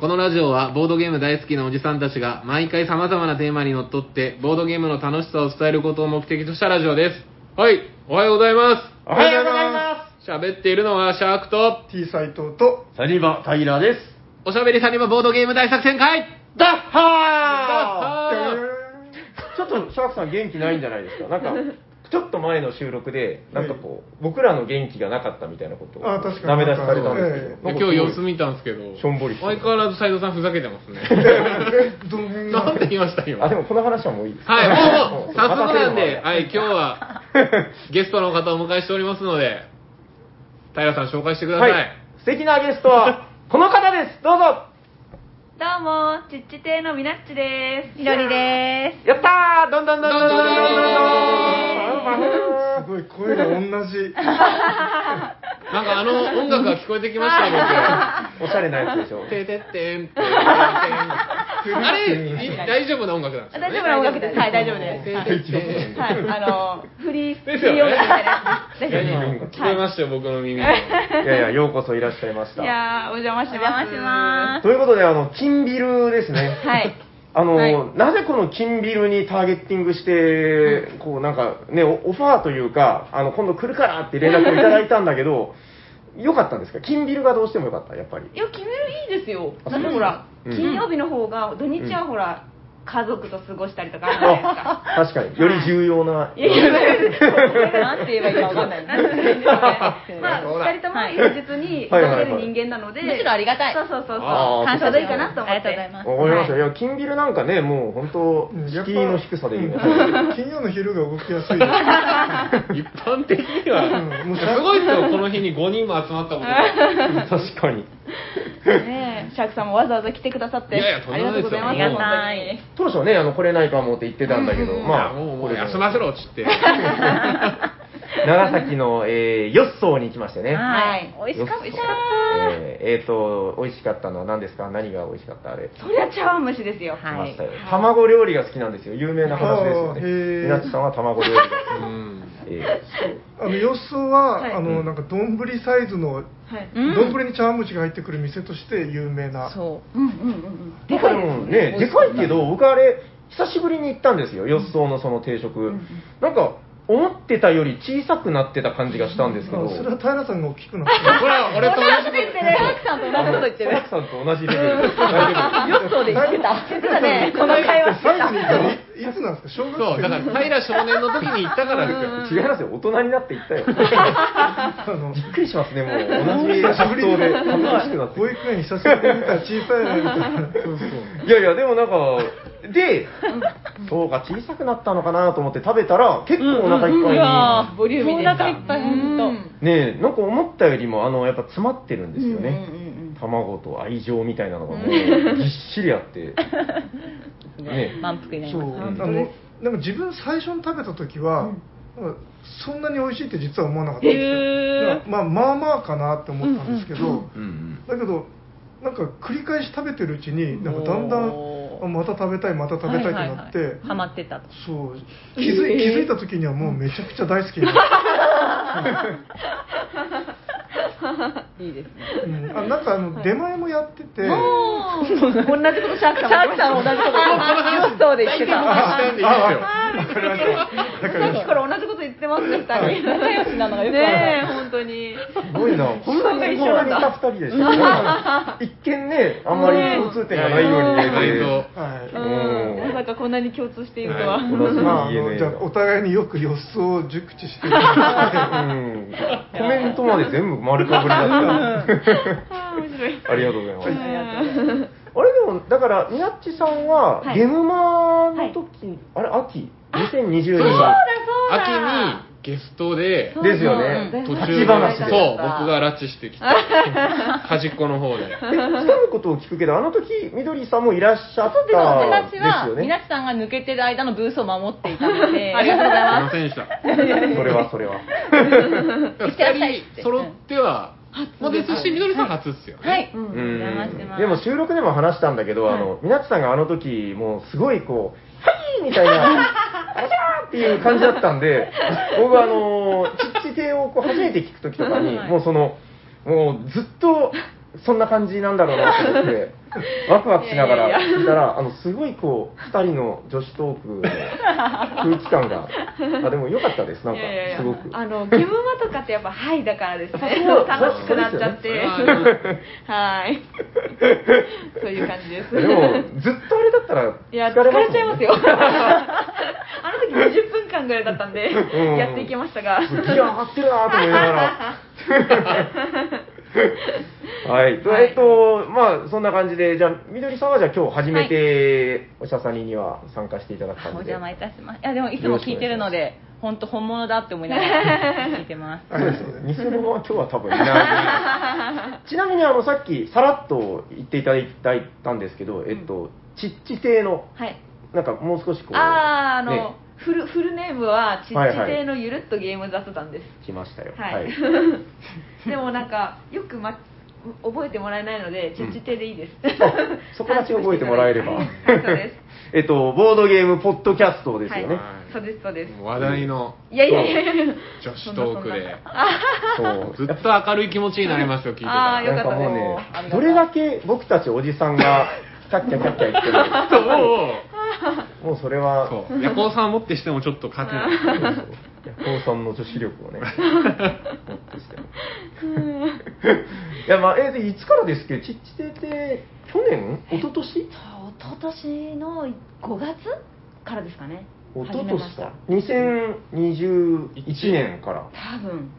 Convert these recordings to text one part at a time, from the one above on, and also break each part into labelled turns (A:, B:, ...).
A: このラジオはボードゲーム大好きなおじさんたちが毎回様々なテーマにのっとってボードゲームの楽しさを伝えることを目的としたラジオです。はい、おはようございます。。
B: おはようございます
A: 喋っているのはシャークと
B: T 斎藤と、
C: サニバ・タイラーです。
A: おしゃべりサニバボードゲーム大作戦会
C: ダッ
A: ダッハ
C: ハ
A: あ
C: ーちょっとシャークさん元気ないんじゃないですかなんか、ちょっと前の収録で、なんかこう、僕らの元気がなかったみたいなことを、
B: あ確かに
C: ダメ出しされたんです
B: え
C: け
A: で
C: どなんかす
A: 今
C: ご
A: 日
C: い、
A: 様子見たんですけど、
C: しょんぼりしてま
A: 相
C: す
A: 変わらず斎藤さんふざけてます ね。
B: どの辺が
A: なんて言いました今。
C: あ、でもこの話はもういいです。
A: はい、もう、もう早速なんで、
C: は。
A: はいい、今日は、ゲストの方をお迎えしておりますので、平さん紹介してください。
C: はい素敵なゲストは、この方ですどうぞ
D: どうも、ちっち亭のみなっちです。みどりで
C: やったーどんどんどんどんどんどんどんどんどん
B: すごい声が同じ
A: なんかあの音楽が聞こえてきましたね、
C: おしゃれなやつでしょ
A: 僕。ててってんてんてんてん。あれ、い大丈夫な音楽なんです
D: す。
A: よ、ね。
D: 大丈夫な音楽です。はい、大丈夫です。はい、
A: てんてん てん
D: あの、 フリー、フ
A: で
D: リ
A: すよね
D: ー音楽みたいなやつ。大丈夫
C: いやいい音
D: で
C: 楽
D: す。
A: 聞こえ
D: は
A: ましたよ、僕の耳に。
C: いやいや、ようこそいらっしゃいまし
D: い。い
C: た。
D: やー、お邪魔します。
E: お邪魔しま
C: ということで、あの、金ビルですね。
D: はい。
C: あの、
D: はい
C: なぜこの金ビルにターゲッティングして、こうなんかね、オオファーというか、あの今度来るからって連絡をいただいたんだけど、よかったんですか金ビルがどうしてもよかった、やっぱり。
D: いや、決めるいいですよ。
C: あ
D: だってほら、
C: うん
D: 金曜日の方が、土日はほら、家族と過ごしたりとかあるじゃないですか。
C: 確かに、より重要な。
D: いやいや、
E: なんて言えばいいかわかんない
D: なんて言うんでしょうね。ま
A: そう
D: あ、
A: だ
D: 二人とも平日に出
C: はいはいはい
D: せる人間なので。
E: むしろありがたい
D: そうそうそう
C: あ
D: そう。
C: ー
D: 感謝でいいかなと思って。
E: ありがとうございます
C: わかりました、
D: はい
C: い、や、金ビルなんかね、もう本当、敷居の低さで言う
B: うん
C: ね
B: 金曜の昼が動きやすいです
A: 一般的には、
B: うんもう
A: すごいですよ、この日に5人も集まったことが。
C: 確かに。
D: ねえ、シャークさんもわざわざ来てくださって、
A: いやいやとん
D: あ
A: で
D: り
A: も
D: が
A: ないうで
D: とご
A: す
D: ざ
A: よ
D: います。
E: ありが
D: 本
C: 当初ね、あの来れないかもって言ってたんだけど、まあ、
A: もう、も
C: こ
A: う
C: れで
A: 休ませろっつって。
C: 長崎の、えー、ヨッソーに行きましてね。
D: はい
E: はい。美味しかっ
C: よ
E: た。
C: えー、えーと、美味しかったのは何ですか何が美味しかったあれ。
D: 当に。そりゃ茶碗蒸しですよ。
E: はい
C: ましたよ卵料理が好きなんですよ。有名な話ですよ
B: あ
C: ね。
B: ーへー
C: みなっちさんは卵料理が好
A: うん
C: き。え
B: あの予想は、
D: はい
B: あのなんか丼サイズの
D: はい。
E: うん
B: 丼に茶碗蒸しが入ってくる店として有名な
E: そ
D: うんうんうんうん。
C: ー、でかいね。でかいけど、僕あれ、久しぶりに行ったんですよ。予想のその定食。なんか、思ってたより小さくなってた感じがしたんですけど。
B: あそれは平さんが大きくなって
A: これは俺と同じこと。
E: う。ラクさんと同じこと言ってる。
C: さんと同じレベル。大丈夫
E: ヨットで言ってた。言ってたね。この会話して
B: 最後
E: た。
B: に行ったのいつなんですか小学
A: そう、
B: 生
A: だから、平少年の時に行ったからですよ。
C: 違いますよ。大人になって行ったよ。
B: あの
C: びっくりしますね、もう。同じ発想で、楽しくなって
B: 保。育園久しぶりに見たら小さいなみたい
C: う
B: な
C: んいやいや、でもなんか、で、そうか、小さくなったのかなと思って食べたら、結構お腹いっ
E: うわ
C: ぱ
E: ーボリューミーでした。お腹いっぱい、ほん
C: いに、ねえ、なんか思ったよりも、あの、やっぱ詰まってるんですよ
D: うんうんうんうん
C: ね。卵と愛情みたいなのがもう、ぎっしりあって。
E: と。
C: ね
E: 満腹になり
B: そう、
E: ま
C: ん
B: あのなんか自分最初に食べた時は、なんかそんなに美味しいって実は思わなかったんですよ、
E: へー
B: だからまあまあまあかなって思ったんですけど、
C: うん
B: だけどなんか繰り返し食べてるうちになんかだんだん
E: おー
B: あまた食べたいまた
E: す。
B: 食べたいってなって、
E: はいはいはいハマってたと。
B: そう気づい気づいた時にはもうめちゃくちゃ大好きになった
E: いいですね。
B: うんあなんかあの出前もやって
E: 同
B: て、
E: じことシャークさん。シャークさん同じこと。ヨットで言って
A: 僕
E: た。
A: はしてんでいいですよ。
D: さっきから同じこと言ってますね、二人。
E: 仲良しなのがよくわかる
D: ねえ、本当に。
C: すごいな、こんなにこんなにいた二人でした。なんか一見ね、あんまり共通点がないように見え
A: 意
C: て。
A: 外と
B: はい
D: うん
C: うん
D: まさかこんなに共通しているとは。
C: 同じ
B: まあ、あ
C: DNA
B: のじゃあ
C: が
B: お互いによく予想を熟知してる
C: うんコメントまで全部丸かぶりだった。
D: あー面白い。
C: ありがとうございます。
E: ありがとうございます
C: あれでも、だから、みなっちさんは、
D: はい
C: ゲムマの時、あれ、秋 ?2020 年
A: 秋にゲストで、
C: に。ですよね。
A: 途中
C: 立ち話
A: そう、
C: で。
A: 僕が拉致してきて、端っこの方で。
C: えつかぬことを聞くけど、あの時、みどりさんもいらっしゃっ
E: そうです。
C: た
E: 私
C: です
E: は、
C: よ
E: みな
C: ね。
E: ちさんが抜けてる間のブースを守っていたので、
D: ありがとうござい
A: すい
D: ま。
A: ますせんでした。
C: それは、それは。
E: 行ってらっしゃい
A: 二人揃っては、もうですし、みどりさん初っすよね。
E: はい。
D: う
E: お
D: ん
E: 邪魔してます。
C: でも収録でも話したんだけど、あの、みなっちさんがあの時、もうすごいこう、はいみたい な、あしゃーっていう感じだったんで、僕はあの、ちっち亭をこう初めて聞く時とかに、
E: はい
C: もうその、もうずっと、そんな感じなんだろうなと思っ て、ワクワクしなが
E: いや
C: ら
E: いやいや
C: 聞いたら、あの、すごいこう、二人の女子トークの空気感が、あ、でも良かったです、なんか
D: いやいやい、や
C: すごく。
D: あの、ゲムマとかってやっぱ、はいだからですね。
C: そう
D: 楽しくなっちゃっ
A: そ
D: て
A: れ。はあります
D: はい。 そういう感じです。
C: でも、ずっとあれだったら、
D: いや、疲れちゃいます よ。
C: 疲れますもんね
D: あの時20分間ぐらいだったんで、
C: うん
D: やっていけましたが。
C: ギア上がってるなと思いなが ら。はい、
D: はい
C: えっと、まあ、そんな感じで、じゃあ、みどりさんは、じゃあ、今日初めて、おしゃさにには参加していただく
E: お
C: 感じで。
E: 邪魔いたします。いや、でもいつも聞いてるので、本当本物だって思いながら聞いてます。
C: そうですね偽物は今日は多分い ない。ちなみに、あの、さっき、さらっと言っていただいたんですけど、えっと、ちっち亭の、
D: はい。
C: なんか、もう少しこう、
D: あー、あの、
C: ね、
D: フル、フルネームは、ちっち
C: はいはい
D: 亭のゆるっとゲーム雑談です。
C: 来ましたよ。
D: はい。 でもなんか、よくま、覚えてもらえないので、ちっち亭でいいです。
C: そこだけ覚えてもらえれば
D: はいそうです。。
C: えっと、ボードゲームポッドキャストですよね。
A: はい
D: そうです、そうです。
A: もう話題の
D: いやいやいやいや。
A: 女子トークで
C: そう
A: ずっと明るい気持ちになりますよ聞いてた
D: あーよ
A: ら
D: かったです
C: なん
E: もうありがとう
C: どれだけ僕たちおじさんが、キャッキャキャッキャ言ってる
A: そう
C: もうそれは、
A: そう夜行さんを持ってしてもちょっと勝てない
C: そうそうヤコウさんの女子力をね、持ってしてもいや、まあ、えでいつからですっけど、ちっちてて、去年一昨年
E: 一昨年の5月からですかね。
C: 一昨
E: 始めまし
C: 年
E: た
C: か。2021年から。
E: 多分、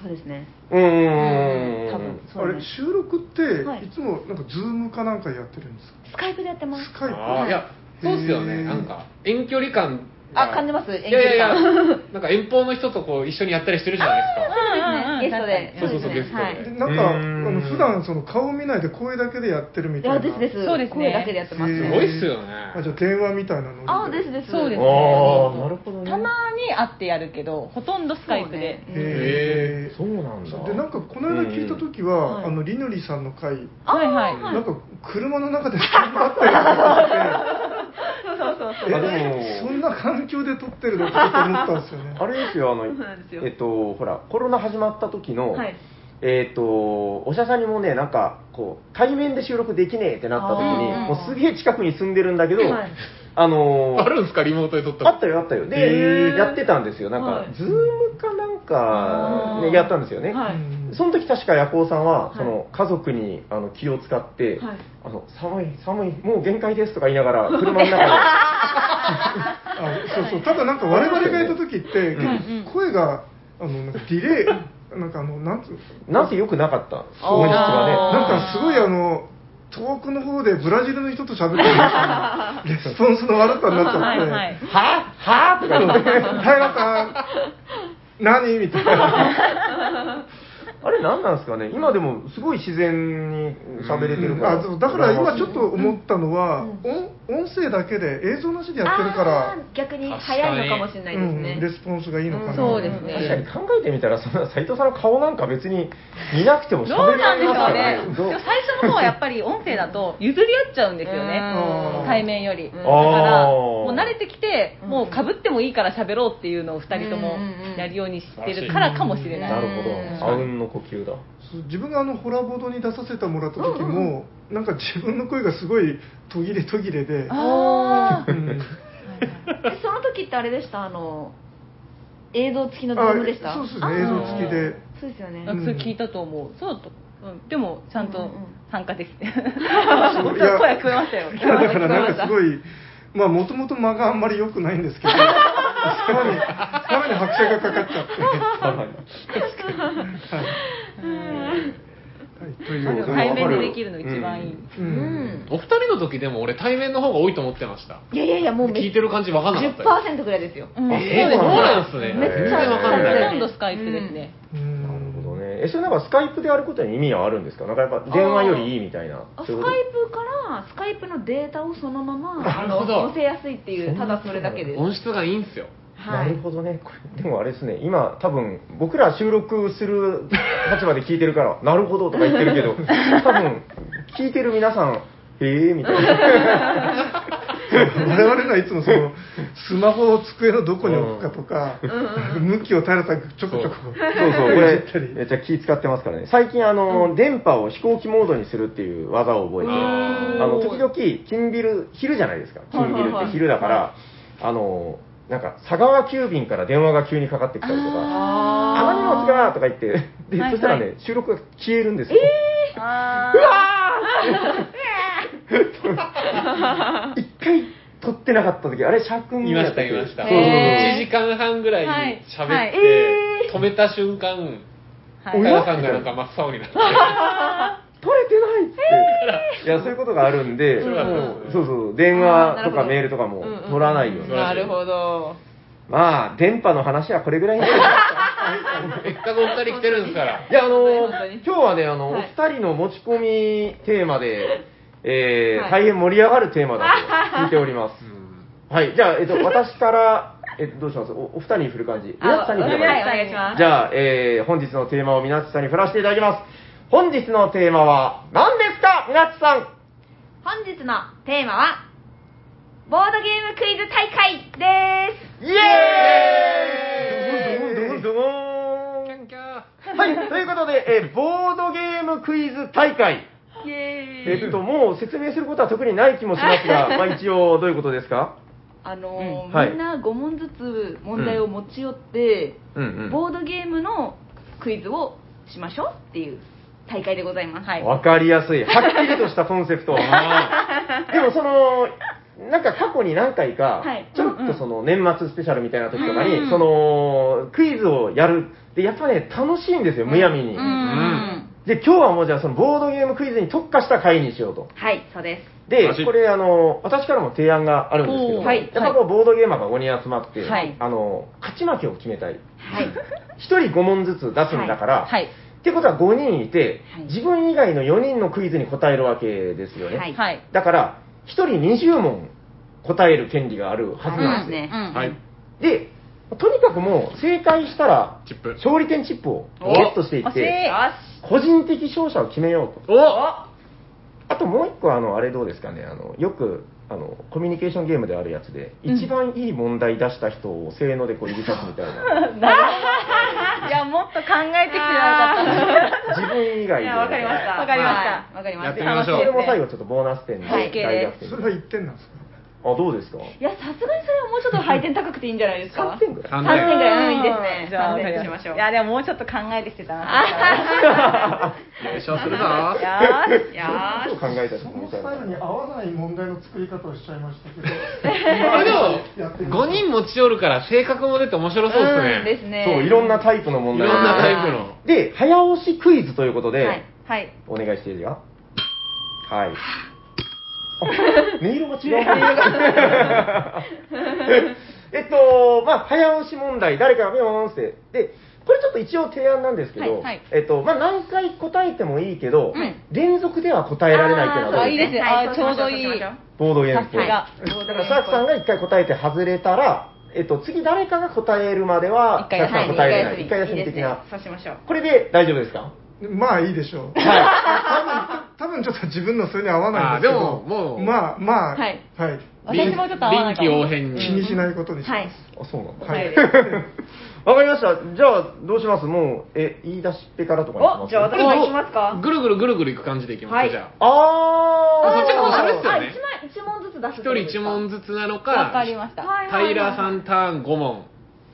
E: そうですね。
C: うーん。
E: 多分、そ
B: あ
E: う
B: れ
E: です。
B: 収録って
E: はい
B: いつもなんかズームかなんかやってるんですか
E: スカイプでやってます。
B: スカイプ
A: あーいやそうっすよねなんか遠距離感が
E: あ感じます
A: いやいやいやなんか遠方の人とこう一緒にやったりしてるじゃないですか
E: うんうん
A: そうそ
D: ゲストで。
A: うそう
D: です
A: ゲス
D: ね
A: トで
B: でなん
D: はい
C: う
B: かあ
C: ーん
B: の普段その顔見ないで声だけでやってるみたい
E: あ
B: な
E: ですです。
F: そうですね
E: 声だけでやってます
B: へ
A: す
B: ー
A: ごいっすよ
B: あじゃあ
A: ね
B: 電話みたいなの
D: あ、ですです。
F: そうですね
C: ああ、なるほどね。
F: たまに会ってやるけどほとんどスカイプで、
D: そうね
B: へ
C: そうなんだ。
B: ーでなんかこの間聞いた時は、
E: うん
B: あのりのりさんの回、
F: はいはい
B: なんか車の中で 頑張ってるな
E: そう
B: と
E: そう
C: うあ
B: 思っ
C: で
B: て
C: も
B: えそんな環境で撮ってるのかと思ったんですよね
C: あれですよ、あの
D: そうなんですよ
C: えっと、ほら、コロナ始まった時の、
D: はい
C: えっと、おしゃさんにもね、なんか、こう、対面で収録できねえってなった時に、
E: あー
C: もうすげえ近くに住んでるんだけど、
D: はい
C: あのー
A: あるんですかリモートで撮った
C: あった
A: よ
C: よ、あったよ。
A: へ
C: で、
A: ー
C: やってたんですよ。なん
D: は
C: か
D: い、
C: ズームかなんか、
E: あー
C: ね、やったんですよね。
D: はい
B: うん
C: その時確かヤコウさんは、
D: はい
C: その家族にあの気を使って、
D: はい
C: あの寒い寒いもう限界ですとか言いながら車の中
B: あそうそうただなんか我々がいた時って、
C: うん
B: 結構声があのなんかディレイなんかあのなんつうの
C: でなんて良くなかった
E: あー
C: 音質がね。
B: なんかすごいあの遠くの方でブラジルの人と喋ってるみたいなレスポンスの悪さになっちゃ
F: は
B: っ
F: い
B: て
F: はい
C: ははとか言って。
B: 平さん何みたいな
C: あれ何なんですかね今でもすごい自然に喋れてるから、
B: あそうだから今ちょっと思ったのは、音音声だけで映像なしでやってるから
D: あー逆に早いのかもしれないですね。
B: うんレスポンスがいいのかな、
D: うん
F: そうですね
C: 確かに考えてみたらそんな斉藤さんの顔なんか別に見なくても
F: どう
C: 喋れ
F: なんでし
C: ますか
F: ょう
C: ら
F: ね
C: ね
F: でも最初の方はやっぱり音声だと譲り合っちゃうんですよね
B: うん
F: 対面より
D: う
F: だ
D: ん
F: から
C: あー
F: もう慣れてきて
D: うん
F: もうかぶってもいいから喋ろうっていうのを2人とも
D: うんうんうん
F: やるようにしてるからかもしれ
C: ど
F: な
C: う
F: い
C: なる
D: うん
C: ほどあうんの呼吸だ
B: そう自分があのホラボードに出させてもらった時も、なんか自分の声がすごい途切れ途切れで、
F: あ
B: う
F: ー
B: ん
D: えその時ってあれでしたあの映像付きのド
B: あ
D: ームでした
B: そうですね映像付きで
D: そうですよね
F: そ
B: ん
F: う聞いたと思うそうだと、うん、でもちゃん
D: うんう
F: と
D: んうん
F: 参加できて
B: ごい
F: 声
B: いや
F: は聞こえましたよ
B: いやだからなんかすごいまあもともと間があんまり良くないんですけどさらにさらに拍車がかかっちゃって、はい、という
C: でも
F: 対面でできるの一番いい、
C: うん
B: う
D: うんん
A: お二人の時でも俺対面の方が多いと思ってました
D: いやいやいやもうめ
A: 聞いてる感じ分かんなかったよ
D: 10%ぐらいですよ
F: うん
C: あ
A: えー、
C: そ
A: そう
C: うな
A: なんん
C: だ
A: ですね
D: めっちゃ
A: 全然分かんな
D: そうで
A: い
D: す
F: ほとんどスカイプですね、
B: うん
C: なるほどねえそれなんかスカイプでやることに意味はあるんですかなんかやっぱ電話よりいいみたいな
D: あスカ
C: そ
D: イ
C: ういうこと
D: プからスカイプのデータをそのまま
A: な
D: あ
A: るほ
D: の
A: ど
D: 載せやすいっていうただそれだけです
A: 音質がいいんすよ
D: は
C: ないるほどねこれでもあれですね今多分僕ら収録する立場で聞いてるから「なるほど」とか言って るけど多分聞いてる皆さん「へえ」みたいな
B: 我々がいつもそのスマホを机のどこに置くかとか、向きを平さんがちょこち
C: そ
B: ょこ
C: うそう、こ
B: や
C: れ
B: ったり、
C: めっちゃ気使ってますからね。最近、あの、電波を飛行機モードにするっていう技を覚えて、
A: あ
C: あの、時々、金ビル、昼じゃないですか。金ビルって昼だから、あの、なんか、佐川急便から電話が急にかかってきたりとか、
F: あ
C: 天荷物がとか言って、で、
F: はい
C: そしたらね、収録が消えるんですよ。
F: ーあ
C: 一回撮ってなかった時、あれ、シャー君
A: いました、いました。
C: そうそうそう。
A: 1時間半ぐらいに喋
F: はいは
A: っ
F: い
A: て、止めた瞬間、
F: ー
A: お
F: はい
A: 母さんがなんか真っ青になって、
C: 撮れてないっつって、いやそういうことがあるんで、
A: そうなんですね
C: そうそう電話とかメールとかも
D: うんうん
C: 取らないように、
A: 素晴らしい
D: なるほど
C: まあ電波の話はこれぐらいにしといて
A: せっかくお二人来てるんですから。
C: いやあの
D: 本当に
C: 今日はねあの、
D: はい
C: お二人の持ち込みテーマで、えー
D: は
C: 大
D: い
C: 変盛り上がるテーマだと聞いておりま
A: う
C: す
A: ん
C: はいじゃあ、えっと、私から、えっと、どうしますおお二人に振る感じ皆さんに振る感
D: は
C: じ
D: いお願いします
C: じゃあ、えー本日のテーマをみなちさんに振らせていただきます本日のテーマは何ですかみなちさん
D: 本日のテーマはボードゲームクイズ大会です
C: イエーイドボンドボン
A: キャー
C: はい、ということで、えーボードゲームクイズ大会。
D: イエーイ
C: えっと、もう説明することは特にない気もしますが、まあ一応、どういうことですか
E: あのー
C: うんはい
E: みんな5問ずつ問題を持ち寄って、
C: うん
E: ボードゲームのクイズをしましょうっていう大会でございます。はい。
C: わかりやすい。はっきりとしたコン セプト。でも、その、なんか過去に何回か
E: はい、
C: ちょっとその年末スペシャルみたいな時とか
E: うんう
C: に、
E: ん
C: その、クイズをやる。で、やっぱね、楽しいんですよ、むやみに
E: う。ん。
C: で、今日はもうじゃあ、そのボードゲームクイズに特化した回にしようと。
E: はい、そうです。
C: で
A: マジ、
C: これあの、私からも提案があるんですけど
E: お
C: も、
E: ーはい
C: やっぱこうボードゲーマーが5人集まって、
E: はい
C: あの勝ち負けを決めたい、
E: はい。
C: 1人5問ずつ出すんだから、
F: はいはい
C: ってことは5人いて、
E: はい
C: 自分以外の4人のクイズに答えるわけですよね、
E: はい
F: ーはい。
C: だから1人20問答える権利があるはずなん
E: あります
C: で
E: ね
C: すよ
E: うん
A: はい、
C: でとにかくもう正解したら
A: チップ。
C: 勝利点チップをゲットしていって個人的勝者を決めようと
A: お
C: あともう一個あのあれどうですかねあのよくあのコミュニケーションゲームであるやつで、一番いい問題出した人をせーのでこう指さすみたいな
F: いや、もっと考えてきてなかったな。
C: 自分以外
D: い
C: で
D: やわかりました
F: わかりました
D: はいわかりま
A: やっ
D: してた
A: みましょ
C: それ
A: う。
C: も最後ちょっとボーナス点で
D: はい
C: 大逆転
B: それは1点なんですか
C: あどうですか
D: いやさすがにそれはもうちょっと配点高くていいんじゃないですか
C: 3点ぐらい
A: 三
D: 三点ぐ
A: 点。
D: らいうんいいですね
F: じゃあ、
D: 三点
F: わか
D: にし
F: り
D: ましょう
F: いや、でももうちょっと考えてきてたな。
D: あ
A: 優勝するぞ。
F: よーし
D: ーいや
C: どう考えたら
B: そ
C: み
B: の
C: たい
B: ス
C: な
B: タイルに合わない問題の作り方をしちゃいまし たけどやって
A: で
B: み
A: も、
B: ま
A: 5
B: す
A: 人持ち寄るから性格も出て面白そうです
D: ー
A: ね。
D: ですね
C: そういろんなタイプの問
A: い
C: 題
A: ろんなタイプの。
C: で早押しクイズということで、
D: はい
F: はい。
C: お願いしていいですかはいあ音色が違うえっとまあ早押し問題誰かがビヨーンってでこれちょっと一応提案なんですけど、
F: はいはい
C: えっとまあ、何回答えてもいいけど、
F: うん
C: 連続では答えられないっていうのはど
F: あー
C: う
F: いい
C: で
F: ですす
C: か
F: ね。
D: はい
F: あー、ちょうどい
D: そうしま
F: い
D: しょう。
C: ボードゲームっ
F: さす
C: ぽい
F: が。
C: だからシャークさんが1回答えて外れたら、えっと、次誰かが答えるまでは
F: 一
C: シ
F: 回
C: ャークさん
F: はい
C: 答えれない、
D: 一
C: 1
D: 回
C: 回休
D: 休み
C: み的な
D: そうしましょう
C: これで大丈夫ですか
B: まあいいでしょう多分多分ちょっと自分のそれに合わないんですけど
A: あーでももう
B: まあまあ
D: はい
B: はい、
F: 私もちょっと合わないかも。
A: 臨機応変
B: 気にしないことにします、
D: はい
C: あそうなんだ
B: はい
D: はい
C: わかりました。じゃあ、どうしますもう、え、言い出しっぺからとかにします
D: おじゃあ私も行きますか
A: ぐるぐるぐるぐるいく感じでいきます、
D: はい
A: じゃあ。
C: あー
A: そっちが面白いっすよ
D: あ
A: ね。
D: 一枚一問ずつ出す
A: 一人一問ず
D: ず
A: つなのか、
F: わかりました。
D: はい
A: タイラーさんターン5問。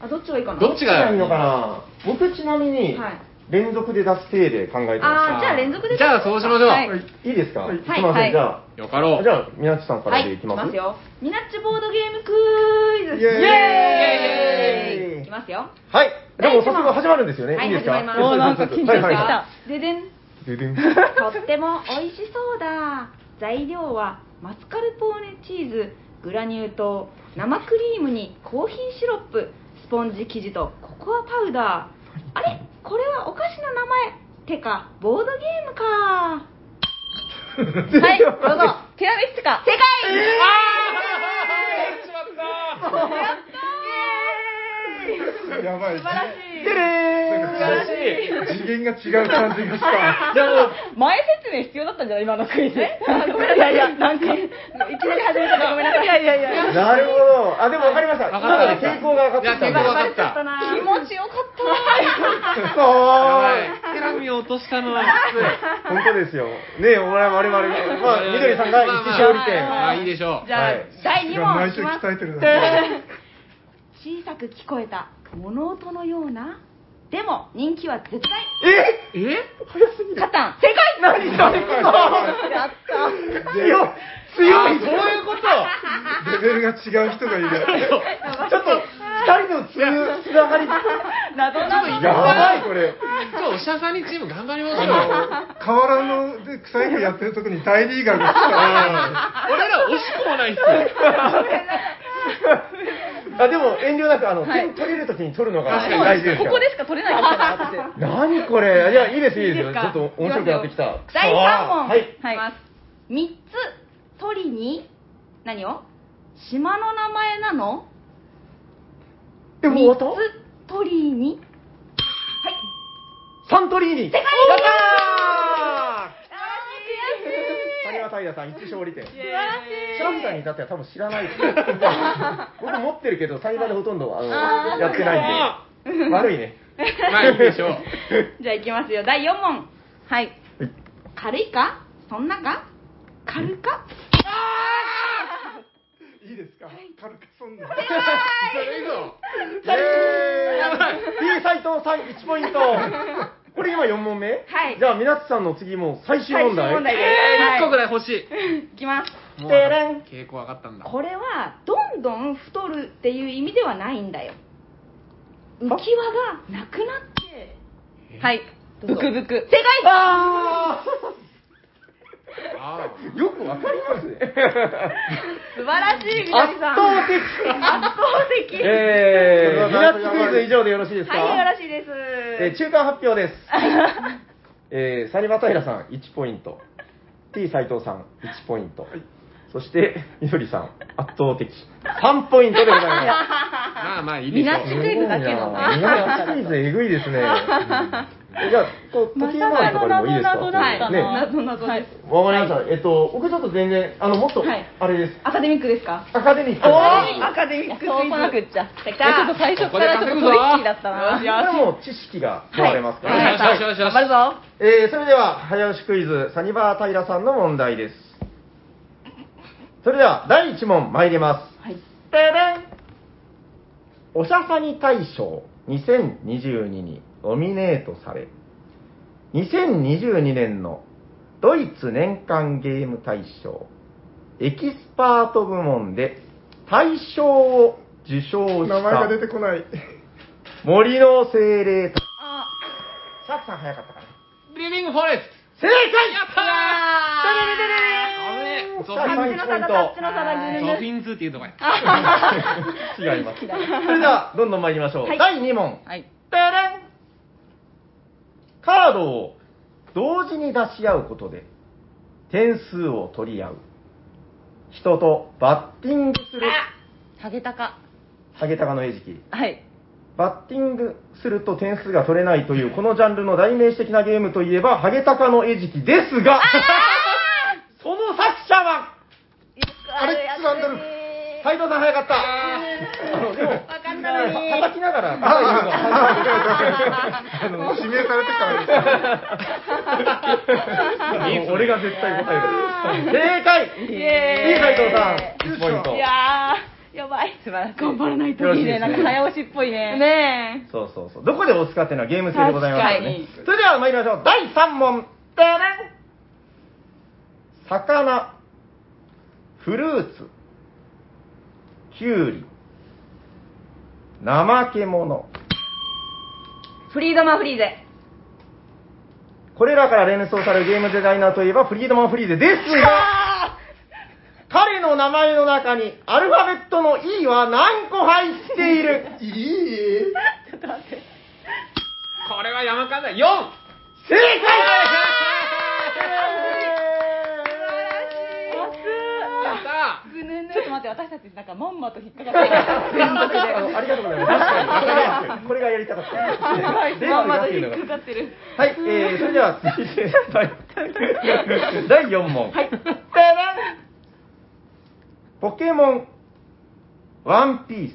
D: あどっちがいいかな
A: どっちが
C: どっちがいいのかな僕、ちなみに
D: はい、
C: 連続で出す体で考えてま
D: あじゃあ連続で
A: じゃあそうしましょう。
F: はい
B: はい
C: す。いいですか、
B: はい
C: すいません、
F: はい
C: じゃ
A: よかろ
C: あ、
A: う。
C: じゃあ、みなちさんか
D: は
C: ら
D: い
C: でいきます,、
D: ますよミナッチボードゲームクイ
B: イ
D: ズ
B: エーイ
C: イエーイ
D: いきますよ
C: はい。でも、
D: 第一
C: 早
D: 問
C: 速始まるんですよね。、
D: はいい
C: いですか
D: 始まります
C: え
F: おーなんか緊張してきた
C: はいはいは
D: ででん
C: いででん
D: とっても美味しそうだ材料はマスカルポーネチーズグラニュー糖生クリームにコーヒーシロップスポンジ生地とココアパウダーあれこれはお菓子の名前てかボードゲームか
F: はい、どうぞ。ティラミスか。
D: 正解
B: やばい
D: 素晴らしい
C: てれーん
A: 素晴らしい
B: 次元が違う感じがした。
A: じゃあもう
F: 前説明必要だったんじゃない今のクイズ。ごめんなさい。いやいや、なんか、いきなり始めたごめんなさい。いやいやいや。
C: なるほど。あ、でも分かりました。
A: わ
C: 今
A: かった
C: ので傾向が分かっ
A: い
C: て
A: や
C: きた
A: 結
C: ん
A: 構分
C: だ。
A: かった
F: 気持ちよかった
A: や
C: そう。
A: ばいテラミを落としたのは
C: 本当ですよ。ね我々、我々、まあ、みどりさんが一勝利点。
A: まあまあまあいいでしょう
E: じゃあ、
C: はい
E: 第2問いき
B: が
E: ます
B: 内緒に鍛えてるな。
D: 小さく聞こえた物音のようなでも人気は絶対
C: え
A: え
D: カタン正解
C: 何それ
F: やった。
C: 強い強
A: あ
C: い
A: そういうこと
B: レベルが違う人がいる。
C: ちょっと、二人のつゆつながり、
F: 謎々
C: やばい、これ。
A: 今日おしゃさんにチーム頑張りまし ょう
B: 河原ので草野球やってる時に大リーガーが 来
A: 俺ら惜しくもないっすよ
C: あ、でも、遠慮なく、あの、点取れるときに取るのが
A: 確かに
C: 大事ですから。
F: ここでしか取れないからなって。
C: 何これいや、いいです、いい
E: い
C: です
E: いで
C: よ。
E: す
C: ちょ
E: か
C: っと面白くなってきた。
E: 第3問、、
C: はいい。
E: きます
D: 3つ鳥に何を島の名前なの
C: でもう終わっ
D: 三つ鳥に
C: たサントリーニ。正解やったー谷川平さん、一勝利点。
E: 素晴らしい
C: 白木さんに至っては多分知らないです僕持ってるけど、対話でほとんどあのやってないんで。悪いね。
A: まあいいでしょう
D: じゃあいきますよ第4問はい軽いかそんなか軽か
B: た。いいですか軽くそんな。
A: それ以上
C: イエーイ !B 斎藤さん1ポイントこれ今4問目
D: はい
C: じゃあ、みなつさんの次も最終問題。
D: 最終問題です、
A: 1個
D: は
A: ぐらい欲しい
D: い、いきます
A: もう
D: てらん
A: 傾向分かったんだ
D: これはどんどん太るっていう意味ではないんだよ浮き輪がなくなって
F: はい。ブクブク。
D: 正解
C: あ
A: ああ
C: ーよくわかりますね。
D: 素晴らしい
C: 圧
D: 南さん
C: 倒的
D: 圧倒的
C: えー、みなつクイズ以上でよろしいですか
D: はいよろしいです、
C: えー中間発表です。えー、サニバタイラさん1ポイント、T 斎藤さん1ポイント、そしてみどりさん圧倒的3ポイントでございま
A: まあまあいいでし
F: み
A: ょ
F: な
A: う
F: し
C: す。
F: クイズだけの
C: すごいなみんなしクイズえぐいですね。うんえじゃあ、こう、時計回りとかでもいいですか
F: まさかの謎々だったな
C: ね。
D: 謎謎です、
C: わかりました。えっと、僕ちょっと全然、あの、もっと、
D: はい
C: あれです。
D: アカデミックですか
C: アカデミック。
D: アカデミッククイズ
F: そうこなくっちゃ。
D: でき
F: いやちょっと
D: た
F: 最初からちょっとトリッキーだった
C: これ
F: な。
C: はもう知識が問われますからね。
A: よしよしよしよし
F: 頑張るぞ。
C: えー、それでは早押しクイズサニバー平さんの問題ですそれでは第1問参ります
D: はい
C: てれんおしゃさに大賞2022にノミネートされ2022年のドイツ年間ゲーム大賞エキスパート部門で大賞を受賞
B: 名前が出
C: して
B: こない。
C: た森の精霊とシャークさん早かったかな
A: リビングフォレス
C: 正解
A: やったー危ねえ
C: さあ
A: ゾフィン
C: 3ポイント
A: ゾフィンズっていうとこや
C: 違います。それでは、どんどん参りましょう。第2問。
F: はい。
C: ペレンカードを同時に出し合うことで、点数を取り合う。人とバッティングする。
F: ハゲタカ。
C: ハゲタカの餌食。
F: はい。
C: バッティングすると点数が取れないという、このジャンルの代名詞的なゲームといえば、ハゲタカの餌食ですが、 その作者は、アレックス・ワンドルフ。斎藤さん早かった。あの、でも、叩きながら、
B: あの、指名されて から
C: もう 俺が絶対答える。正解
F: イ
C: いい斉藤さん、1ポイン
F: い
C: ト。
F: やー、やばい。素晴らしい。頑張らない
C: よろ
F: い
C: し
F: い
C: いですね
F: ね。なんか早押しっぽいね。
E: ね
C: そうそうそう。どこで押すかっていうのはゲーム性でございますからね。それでは参りましょう。第3問。ダダン魚、フルーツ、きゅうり、怠け者。
E: フリードマンフリーゼ
C: これらから連想されるゲームデザイナーといえばフリードマン・フリーゼですが、 彼の名前の中にアルファベットの E は何個入っている
B: いい
A: これは山間だ4
C: 正
A: やった
E: ぐぬぬちょっと
F: 待って、私たちなんかまんまと引っかかってる。
C: あのありがとうございます。これがやりたかった。
F: まんま
C: が
F: と
C: ってい
F: 引
C: うのが
F: っかかってる。
C: はい、えー、それでは続いて第第4問。はい。ポケモン、ワンピース。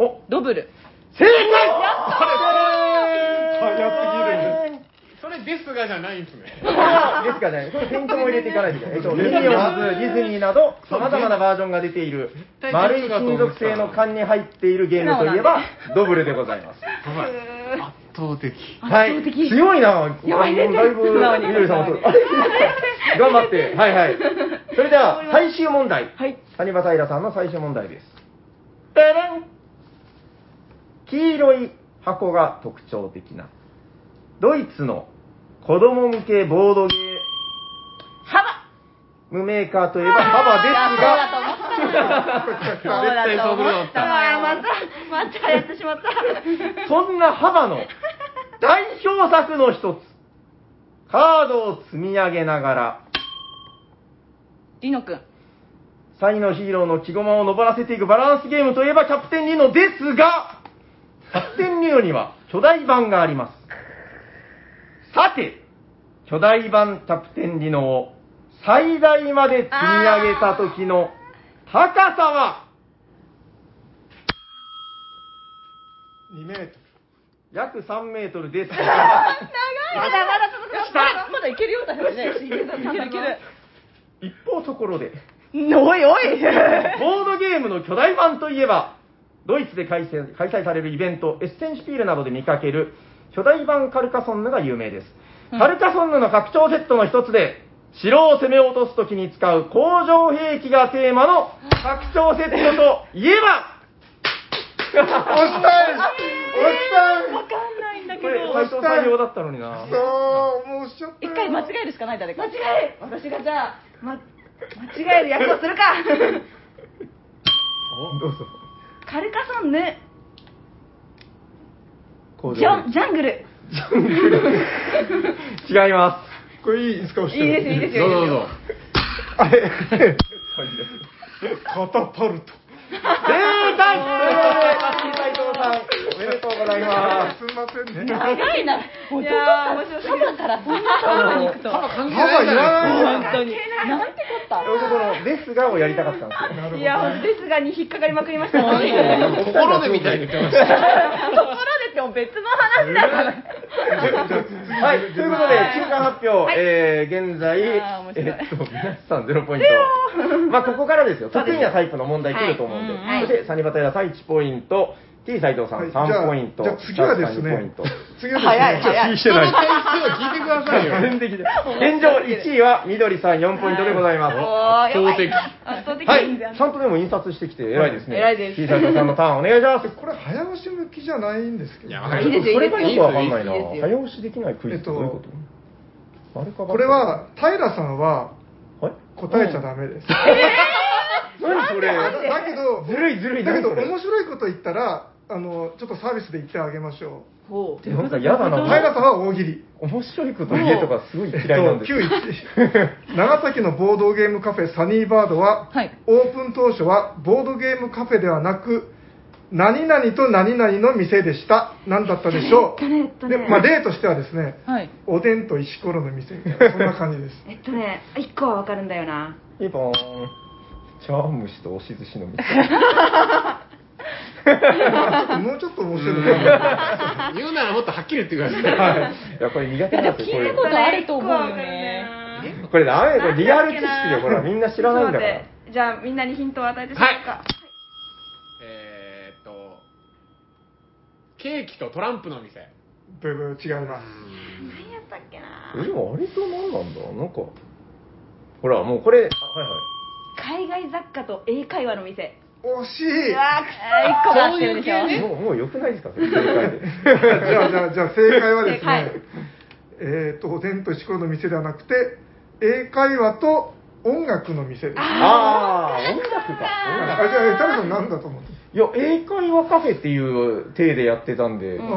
C: お、
F: ドブル。
C: 正解や
B: 早
C: っ
B: すぎる
A: それですがじゃないんですね。
C: ですかね、これペイントも入れていかないといけない。えっと、ミニオンズ、ディズニーなど、様々なバージョンが出ている、
A: 絶対
C: 丸い金属製の缶に入っているゲームといえば、ドブルでございます。
A: やばい。圧倒的。
C: はい。強いな。やばいね。だい ぶ、
F: 素直に
C: みどりさんもそう。あれ 頑張って。はいはい。それ では、最終問題。
F: はい。
C: 谷場平さんの最終問題です。てれん黄色い箱が特徴的な、ドイツの子供向けボードゲームメーカーといえばハバですが、
A: 絶対そうぶりだった。
D: またまたやってしまっ た
C: そんな 幅の代表作の一つ、カードを積み上げながら、
F: リノ君。
C: サイのヒーローの木駒を登らせていくバランスゲームといえばキャプテンリノですが、キャプテンリノには巨大版があります。さて、巨大版キャプテンリノを最大まで積み上げた時の高さは、
B: 2メート
C: 約3メートルです。
F: まだまだ続くよ。まだいけるよ、だよね。いけるいける。
C: 一方ところで、
F: おいおい。
C: ボードゲームの巨大版といえば、ドイツで開催開催されるイベント、エッセンシュピールなどで見かける巨大版カルカソンヌが有名です。カルカソンヌの拡張セットの一つで、城を攻め落とすときに使う工場兵器がテーマの拡張セットといえば、
B: ル。押したい押したい
F: わかんないんだけ
C: これ、
F: ど。
C: 斎藤さん用だったのにな。
B: そう、もう押しちゃった
F: 一
B: よ。
F: 回間違えるしかない、誰か。
D: 間違える私がじゃあ、ま、間違える役をするか
C: どうぞ。
D: カルカソンヌ
C: 工
D: ジ
C: 場
D: ョン
C: 兵器
D: ジャングル
C: 違いま
B: これいいですか押して
F: い
B: も
F: いです、いいです
A: ど
F: よ。
A: うぞどうぞ。
B: あれカタパルト。
C: す。正解ということで、斎藤さん、おめでとうございます。
B: すいませんね。
F: 長いな。もう、ちょっと、ただから、そんなとこに行くとは。
A: 関係な
B: ハワ
A: い
B: い
A: じゃ
B: ら
A: ないですか。
B: ない
F: 本当に。なんてこった。
C: そういうことのですがをやりたかったんですよ。
B: なるほど
D: いや本当ですがに引っかかりまくりました
F: 本当にね
A: 心でみたいに言ってました。
F: ところでっても別の話だから。
C: はい、ということで、中間発表、えー、現在、
F: あー面白い
C: えっと、皆さん0ポイント。まあ、ここからですよ。得意なタイプの問題来ると思うんで。
F: はい
C: そして、サニバタイラさん1ポイント、T 斎藤さん
B: はいじゃ
C: 3
B: あ
C: ポイント、
B: じゃあ次はです
C: シャークさん2ポイン
B: ね
C: ト。、
B: 次はですね、
F: 早い早い
B: 気にしてない。
A: 聞いてくださいよ。
C: 全然できない現状1位は緑さん4ポイントでございます。
A: 圧倒的。
F: 圧倒的
C: はい、
F: に
C: ち
F: 全然。
C: ゃんとでも印刷してきて偉いですね。
F: 偉いです
C: T 斎藤さんのターンお願いします。
B: これ早押し向きじゃないんですけ
A: い
B: ど
A: や、
B: ね、
A: いい
C: それがよくわかんないな。
F: いいですよ
C: 早押し
F: いいですよ
C: できないクイズっ
B: えっ
C: て
B: と
C: どういうこと、丸か×か
B: これ、は平さんは
C: はい
B: 答えちゃダメです。
C: 何それ
B: だだけど、
C: ずるいずるい
B: だけど
C: 何それ
B: 面白いこと言ったら、あのちょっとサービスで言ってあげましょ
F: ほ
C: なんか嫌だ
B: う。
C: な。
B: 平さんは大喜利。
C: 面白いこと言えとかすごい嫌いなんですよ。
B: えっと9位長崎のボードゲームカフェサニーバードは、
F: はい
B: オープン当初はボードゲームカフェではなく何々と何々の店でした何だったでしょう
D: やったねやったね
B: でまあ、例としてはですね
F: う。はい。
B: おでんと石ころの店みたいなそんな感 じです
D: えっとね一個はわかるんだよな
C: ピンポーン。茶碗蒸しと押し寿司の店。
B: もうちょっと面 白い
A: 言うならもっとはっきり言ってください。
C: いや、これ苦手なんですよ、こ
F: 聞いた
C: れ
F: こ。とあると思うよね。
D: え
C: これダメだよこれリアル知識よ、これはみんな知らないんだか
D: ちょ
C: ら
D: っと。待ってじゃあみんなにヒントを与えてしまおうか
A: えーっと、ケーキとトランプの店。
B: ブブー違います
D: 何やったっけな
C: えでもあれと何なんだなんか。ほら、もうこれ、あはいはい。
D: 海外雑貨と英会話の店
B: 惜しいじゃ
F: あ、一個が合ってるでしょ。
C: もう、もう良くないですかそれ正解で。
B: あ じゃあじゃあ正解はですね、
F: はい
B: えっ、とおでんと石ころの店ではなくて英会話と音楽の店です
C: ああ、音楽か。音楽
B: あじゃあえ、タラさん何だと思う
C: いや、英会話カフェっていう体でやってたんで、別に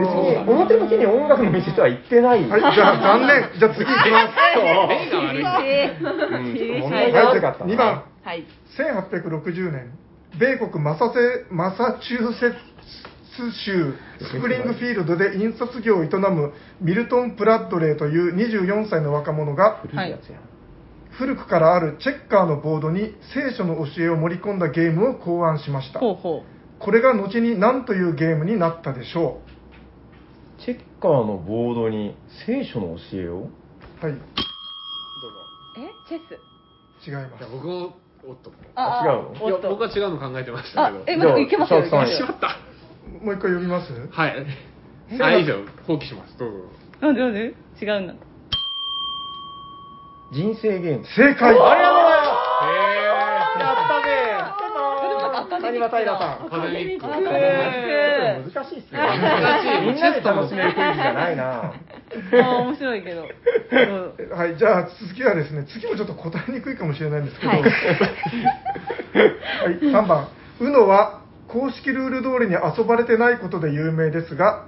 C: 表向きに音楽の店とは行ってない。
B: はい、じゃ あ残念。じゃあ次行きます。
A: 例が悪い。
C: うん、ちょっと問題が悪かったな。
B: はい、じゃあ2番。
F: はい。
B: 1860年、米国マサセマサチューセッツ州スプリングフィールドで印刷業を営むミルトン・プラッドレーという24歳の若者が
C: 古いやつやん、
B: 古くからあるチェッカーのボードに聖書の教えを盛り込んだゲームを考案しました
F: ほうほ
B: これが後に何というゲームになったでしょ
C: チェッカーのボードに聖書の教えを
B: うはいどう
F: うえチェス
B: ぞ違います
A: や僕もおっと
C: あ違うの
A: いや
F: おっと
A: 僕は違うの考えてました
F: あ
A: けど
F: えまだいけますよいけ
C: じゃあ
F: ま
C: 佐々木さん
F: す
A: し
F: よ
A: まった
B: もう一回読みます
A: はいあ以上放棄しますどうぞ
F: なんでなんで違うんだ
C: 人生ゲーム
A: へ
B: 正解
C: ったねー谷間平さ
A: え
C: ん
A: パネミック
F: あ
C: 難しいっすね
A: 難しい
C: みんなで楽しめるクイズじゃないな
F: あ面白いけどうん
B: はいじゃあ続きはですね次もちょっと答えにくいかもしれないんです けど、はい3番 UNO は公式ルール通りに遊ばれてないことで有名ですが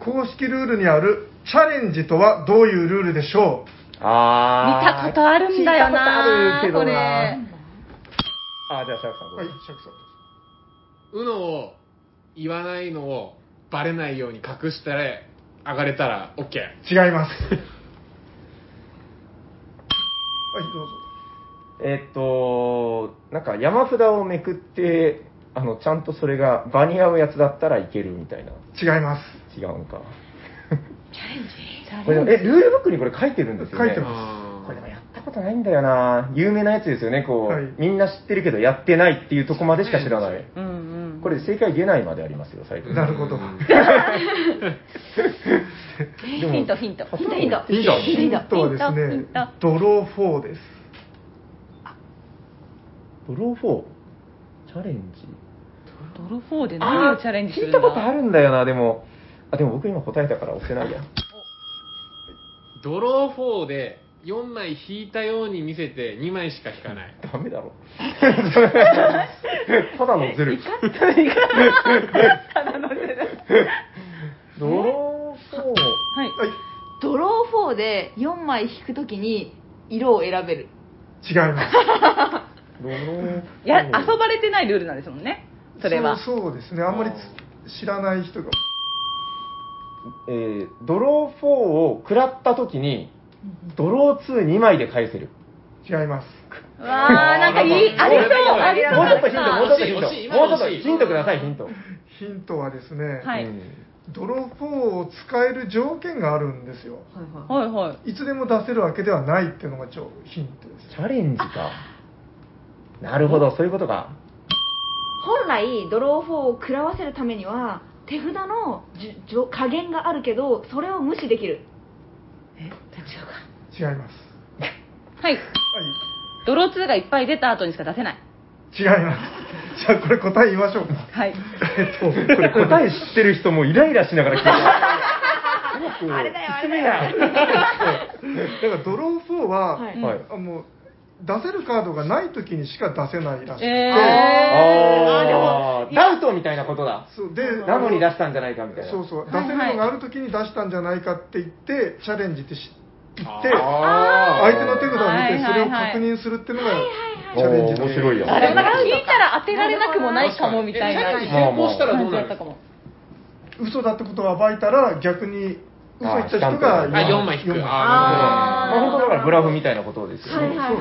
B: 公式ルールにあるチャレンジとはどういうルールでしょ
C: あー
F: 見たことあるんだよ
C: 聞いたこ
F: な
C: とあるけどな
F: こ
C: あーじゃあシャークさん
B: う
C: どう
B: はい
C: ぞ
B: 釈さん
A: うのを言わないのをバレないように隠して上がれたら OK
B: 違いますはいどうぞ
C: えっとなんか山札をめくってあのちゃんとそれが場に合うやつだったらいけるみたいな
B: 違います
C: 違うのか
F: チ
C: これえルールブックにこれ書いてるんですよね
B: 書いてます
A: あ
C: これも
A: ー
C: やったことないんだよな有名なやつですよねこう、
B: はい
C: みんな知ってるけどやってないっていうとこまでしか知らない
F: うんうん
C: これ正解出ないまでありますよ最後
B: なるほど
A: うん
C: でも
F: ヒントヒントヒントヒント
A: ヒント
B: ヒントはです
F: ヒン
B: ね
F: トヒ
B: ド
F: ン
B: ロー4です
C: ドロー4チャレンジ
F: トドロフォーで何をチャレンジするんだ
C: あー聞いたことあるんだよなでもあでも僕今答えたから押せない や
A: ドロー4で4枚引いたように見せて2枚しか引かない
C: ダメだ ろただのズル
F: ただのせる
C: ドロー4
F: はい
B: はい
D: ドロー4で4枚引くときに色を選べる
B: 違います
C: ドロー
F: いや遊ばれてないルールなんですもんねそれは
B: そうそうですねあんまりつ知らない人が
C: えードロー4を食らった時にドロー22枚で返せる
B: 違います
F: わあなんかいいありそうありそう
C: もうちょっとヒントもうちょっとヒン
A: 惜しい惜しい
C: トもうちょっと
A: 今の惜しい
C: ヒントくださいヒント
B: ヒントはですね、
F: はいうはい
C: ん
B: ドロー4を使える条件があるんですよ
F: はい
B: いつでも出せるわけではないっていうのがちょヒントです
C: チャレンジかなるほどそういうことか
D: 本来ドロー4を食らわせるためには手札のじゅじょ加減があるけどそれを無視できる
B: 違います
F: はいドロー2がいっぱい出た後にしか出せない
B: はい違いますじゃあこれ答え言いましょうか
F: は
B: え
F: い
B: っとこ
C: これ答え知ってる人もイライラしながら聞いてるあれだよあれ
B: だ からドロー4は、
D: はい
C: はい
B: あもう出せるカードがない時にしか出せないらしくて、
C: ああダウトみたいなことだ
B: そうで
C: なのに出したんじゃないかみたいな
B: そうそう出せるのがある時に出したんじゃないかって言って、チャレンジってし言って
C: あー
B: 相手の手札を見
F: はい
B: てそ
F: はい
B: れを
F: はい
B: 確認するっていうのが
C: おー
B: チャレンジの
C: 面白いよ
F: あれなんか聞いたら当てられなくもないかもみたい
A: 確
F: な
A: かにえチャレンジ成功したらど
F: 感
A: う
F: じ
A: な
F: だ
A: る
F: ったかも
B: 嘘だってことを暴いたら逆に嘘言った人が
C: あー
A: あ4枚引く
B: 四
A: あ
C: まあ、本当だからブラフみたいなことですよね。
D: はいはい
A: はい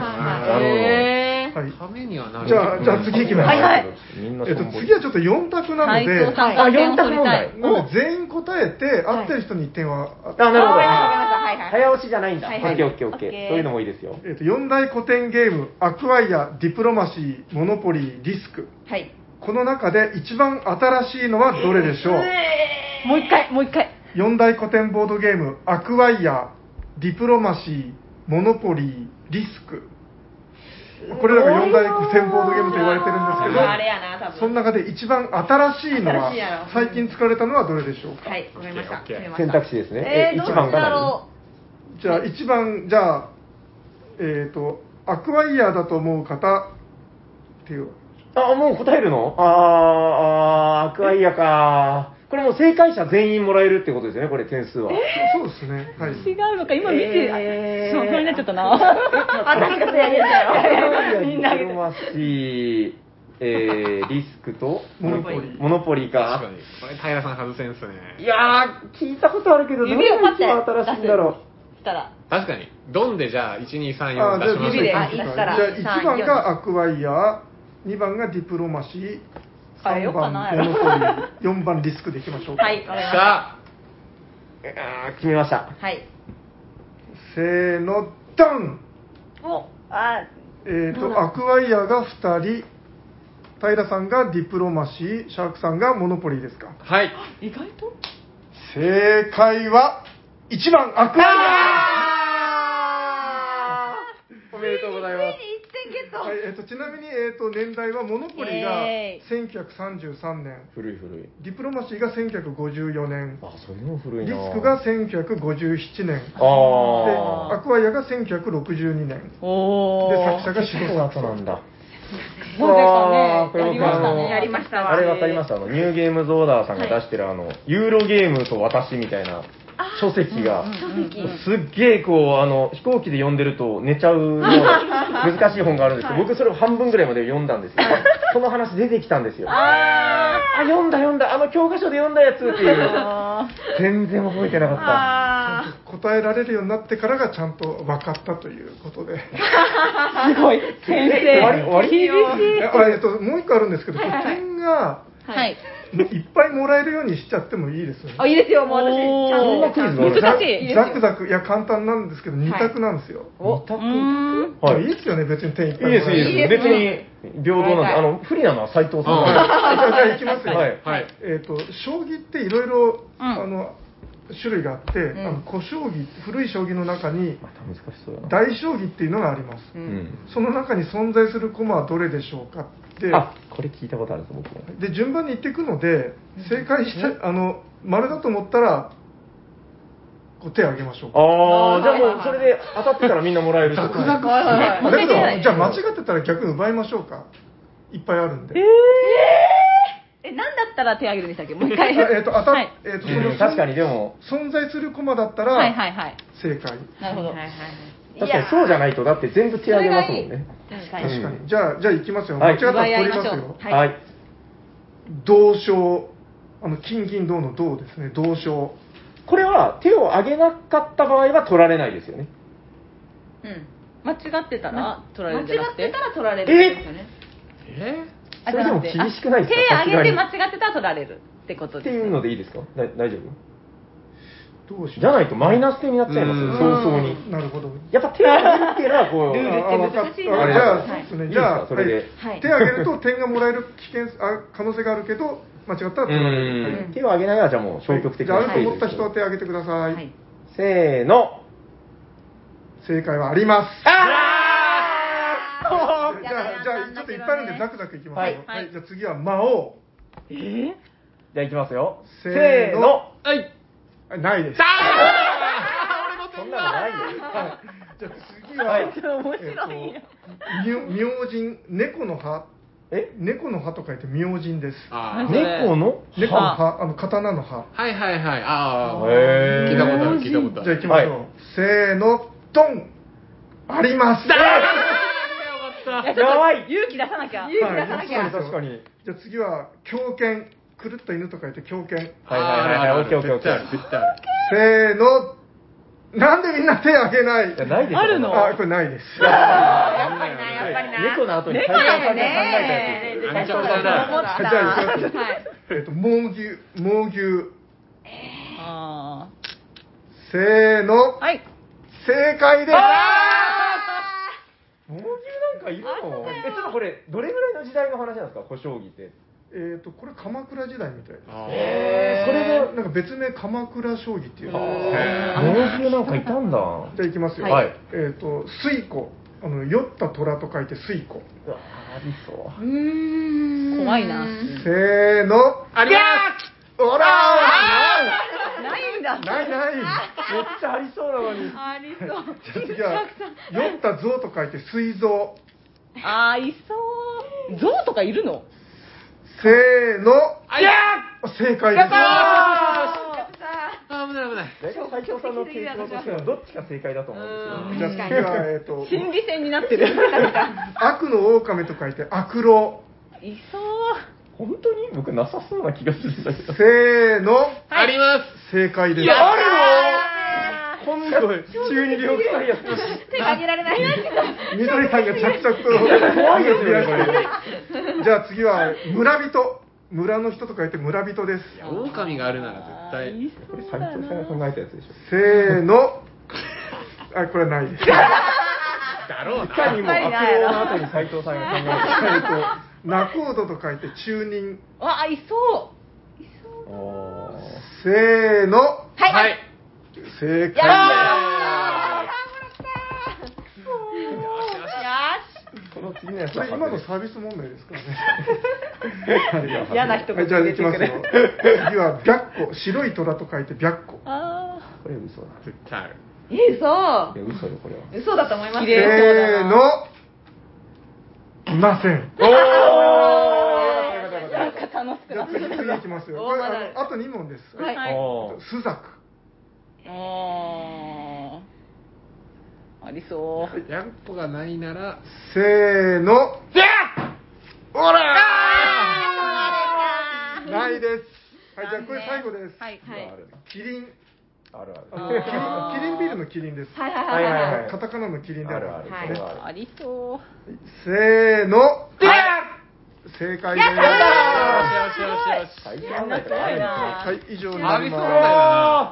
C: なる
F: へ
B: は
A: ー
B: い
A: ためにはなる
B: じゃあじゃあ次行きます、
F: はいはい
C: みんな
B: えっと、次はちょっと4択なの
F: 斎
B: で
F: 藤さん
C: あ
F: 3点
C: 四
F: を
C: 択
F: 取り
C: 問
F: たい
C: 題。
B: なので全員答えて合ってる人に1点は、
C: あ、なるほど。
E: はいはい
C: 早押しじゃないんだ。オ
E: はいはい
C: ッケーオッケーオッケ
E: オッケ
C: ー。
E: ー
C: そういうのもいいですよ。
B: えっと、4大古典ゲームアクアイアディプロマシーモノポリーリスク
E: はい
B: この中で一番新しいのはどれでしょう、
F: もう一回もう一回
B: 四大古典ボードゲームアクワイアディプロマシーモノポリーリスクこれらが四大古典ボードゲームと言われてるんですけど
E: あれやな多分
B: その中で一番新しいのは
E: 新しいやろ
B: 最近使われたのはどれでしょうか
E: はいわかりました
A: オッケー
E: 決めました
C: 選択肢ですね。
E: えーどっ
C: 一
E: ち
C: 番
E: だ
C: が
E: ろ
B: じゃあ一番じゃあえっ、とアクワイアだと思う方っていう
C: 何。あ、もう答えるのあー、あーアクアイアか。これもう正解者全員もらえるってことですよね、これ点数は。
B: そうですねはい
F: 違うのか今見て、
C: えー
F: そう不安になっちゃったな
E: う私がやりたよ
C: みんな。ディプロマシーえー、リスクと、
B: モノポリ
C: モノポリ
A: 確
C: か
A: か。に。これ、平さん外せんっす
C: い
A: ね。
C: やー、聞いたことあるけど、どれ
F: 指を
C: が
F: パッ
C: 一
F: て
C: 番新しいんだろう。
F: したら
A: 確かに。ドンでじゃあ、1、2、3、
B: あ
A: 4
B: じゃ
A: 出
B: あ
A: しまし
F: 指で
A: ょ
F: あ
B: 行
F: い
B: きま
F: っ
B: しょう
F: たら
B: じゃあ1番がアクワイア2番がディプロマシー
F: 変え
B: 3
F: ようか
B: 番
F: な
B: モノポリ4番リスクでいきましょうか
F: はいわか
A: う。さ
F: りました
A: あ、
C: あー決めました。
F: はい
B: せーのドン
F: おあ
B: えっ、とアクワイアが2人平さんがディプロマシーシャークさんがモノポリーですか
A: はい。
F: 意外と
B: 正解は1番アクワイ
A: おめでとうございます。
B: アはいえー、とちなみに、えー、と年代はモノポリが
F: イエ
B: 1933年
C: 古い古い。
B: ディプロマシーが1954年
C: あ、それも古
B: リ
C: いな。
B: スクが1957年でア
C: あ
B: クアイアが1962年
F: お
B: で
F: お
B: 作者が
C: ー。
B: 白
C: そうだったなんだ。
F: そうでしたね
C: わー
F: やりましたね
C: やり
E: ました
C: あれわかりました。あの、ニューゲームズオーダーさんが出してる、あの、ユーロゲームと私みたいな書籍が、すっげえこう、あの、飛行機で読んでると寝ちゃうよう な難しい本があるんですけど、僕それを半分ぐらいまで読んだんですよ。その話出てきたんですよ。あ読んだ読んだ、あの教科書で読んだやつっていう。
F: あ
C: 全然覚えてなかった。
B: 答えられるようになってからがちゃんと分かったということ で
F: ーすごい先
C: え終わり
F: 生
C: 終わり
B: えあえっともう一個あるんですけど、点が
F: はい
B: いっぱいもらえるようにしちゃってもいいですよね
E: あ、いいですよ、もう私、ちゃん
C: そんなクイズがある
F: 難しい
B: ザクザクいや簡単なんですけど2択なんですよ、
C: おいい
B: い、
C: はい。
B: いですよね別に点いっぱ
C: い
B: い
C: いです、いい
B: い
C: です。別に平等なんで、あの、不利なのは斎藤さんなんで。
B: じゃあじゃあいきますよ、
C: はい。
A: はい。
B: えー、と将棋っていろいろあの種類があって、あの古将棋古い将棋の中に
C: また難しそうだな。
B: 大将棋っていうのがあります、
C: うん。
B: その中に存在する駒はどれでしょうかって
C: あ、これ聞いたことあるぞ、僕も。
B: で順番に言っていくので正解した、あの丸だと思ったらこう手を挙げましょうか
C: ああ、じゃあもうそれで当たってたらみんなもらえるってことね。
B: ザク
F: はいはいはい
B: だけどじゃあ間違ってたら逆に奪いましょうかいっぱいあるんでえ
F: え何だったら手挙げるんでしたっけもう一回
B: えーと当たっ
F: はい
B: えーとその
C: うん確かにでも、
B: 存在する駒だったら、
F: はいはいはい
B: 正解
F: なるほど
C: 確かにそうじゃないと、だって全部手上げますもんね。
F: 確かに
B: 確かに、
C: う
B: じゃあじゃあいきますよ
C: は
B: 間
C: い
B: 違ったら取ります
F: 奪い合いましょ
B: よ
F: うはい
C: はい。
B: 銅賞あの金銀銅の銅ですね銅賞
C: これは手を上げなかった場合は取られないですよね。
F: 間違ってたら取られ
E: 間
F: るんじゃな
E: 違
F: く
E: っててたら取られるんですよね。
A: え
C: それでも厳しくないですか
F: あ手上げて間
C: さ
F: 違ってたら取られるってこと
C: って
F: です、
C: いうのでいいですかだ大丈夫
B: 銅賞
C: じゃないとマイナス手になっちゃいますよ、
A: うん
C: 早々に。
B: なるほど
C: やっぱ手を上げるっていうのは、こう、
B: ああ分かったじ
C: な
B: ゃあ、そうですね。じゃ
C: いいですかそれで
B: あ、はい手を挙げると点がもらえる危険あ可能性があるけど、間違ったら取られる。
C: うん手を上げないは、じゃあもう消極的
B: じゃあ、
C: な
B: あると思った人は
C: は
B: 手を挙げてください。
C: せーの。
B: 正解はあります。
C: あ
B: じゃあ、じゃあ、ちょっといっぱいあるんで、ザクザクいきますよ。
F: はい
B: はい。じゃあ、次は魔王。
C: じゃあいきますよ。
B: せ
C: せー
B: ーの
C: の。
A: ー、はい。
B: あないです。
C: そんなのないよ。
B: じゃあ、次は、
C: はい
B: えっと
F: 面白いな
B: みょ明神、猫の葉。
C: え
B: 猫の葉と書いて明神です。
A: あー
C: 猫の
B: 猫の葉、あの、刀の葉。
A: はいはいはい。ああ、
C: へー
A: 聞いたことある、聞いたことあ
B: じゃあ、
A: る。
B: 行きましょう。
C: はい
B: せーの、ドンあります。
C: やばい
F: 勇気出さなきゃ
B: はい
C: 確かに。
B: じゃあ次は狂犬狂った犬と書いて狂犬
C: はいはいはいはい、オッケーオッケーオッ
A: 絶
C: ケ
A: 対ある、
C: ー。
A: 絶対ある。
B: せーのなんでみんな手あげない
C: いやないですよ
F: あるの
B: あこれない です
A: やっぱりな、やっぱり
C: 猫の後に斎藤さんが考えたやつ。
A: 猫だよね
C: あ
A: 思っ
B: じゃあじゃあえっと猛牛猛牛
F: あ
B: せーの
F: ーはい
B: 正解です
C: 猛牛なんかいるのえ、ちょっとこれ、どれぐらいの時代の話なんですか、小将棋って。
B: えっとこれ鎌倉時代みたいな
A: あー
C: え
B: それがなんか別名鎌倉将棋っていうの
C: 猛牛なんかいたんだ。
B: じゃあいきますよ
C: はい
B: えっと水庫あの酔った虎と書いて水庫
C: うわありそう。
F: 怖いな
B: せーの
A: ありま
B: おら
F: ないんだ
B: ーないない
C: めっちゃありそうなのに。
F: ありそう
B: じゃあ次は酔った象と書いて水象
F: あーいそう象とかいるの
B: せーのいや正解です
A: すあー、危ない危ない。
C: 大体斎藤さんの傾向としてはどっちか正解だと思うんですよ。
B: じゃあ次はえっ、と
F: 心理戦になってる
B: 悪の狼と書いて悪狼
F: いそう
C: 本当に僕なさそうな気がするんだけど。
B: せーの、
A: あります
B: 正解です。
A: いやある
B: 今度、中二病臭いやつ。
F: 手が挙げられない
B: 緑さんが着々と。
C: 怖いですよねこ
B: じゃあ次は、村人。村の人と書いて村人です。
A: 狼があるなら
F: い
A: 絶
C: これ
F: そうだ
C: 斉藤さんが考
F: な
C: えたやつでしょ。
B: せーの。あ、これはないです。
A: 対だろう
C: いかに
A: な
C: も悪用の後に斉藤さんが考えたや
B: えっと、仲人と書いて中人。
F: わあいそう
C: つ。おー
B: せーの。
A: はい、
B: 正解です。
C: この次のやつ
B: こ
C: は
B: れ今のサービス問題ですからね。
F: 嫌な人
B: は
F: が
B: い、じゃあ
F: 出
B: 行
F: て
B: き
F: く
B: ますよ
F: る。
B: 次は、白虎。白い虎と書いて白虎。
F: あ
C: これ嘘だ。
A: 絶対ある
E: え嘘
C: いや嘘よこれは。
E: 嘘だと思います
F: 綺麗
B: せーの。いません。
A: お
F: あなんか楽し
B: じ
F: く
B: ゃ
F: な
B: あ
F: っ
B: 次、次行
F: てき
B: きますよ。これあのあと2問です。
F: たはい
C: おー
B: スザク。
F: あーありそ
A: ージャンプがないなら
B: せーの。
A: お
B: ないです。はい、じゃあこれ最後です。
F: うはい
C: ある
B: キリン。
C: ある
B: あ
C: あ
B: の
C: る。
F: あー
B: キリン、キリンビールのキリンです。
E: はいはい
C: はいはいはい
B: カタカナのキリンで
C: あ
B: あ
C: るあ
B: る
C: る。。
E: はい
C: これはあ
F: あ
C: る。
F: りそう
B: せーの。正解です。
A: しよしよしよし
C: 斉藤さんが考えたやつ
B: はい、以上に
A: サ
B: な
A: ービス
B: り
A: 問
B: ま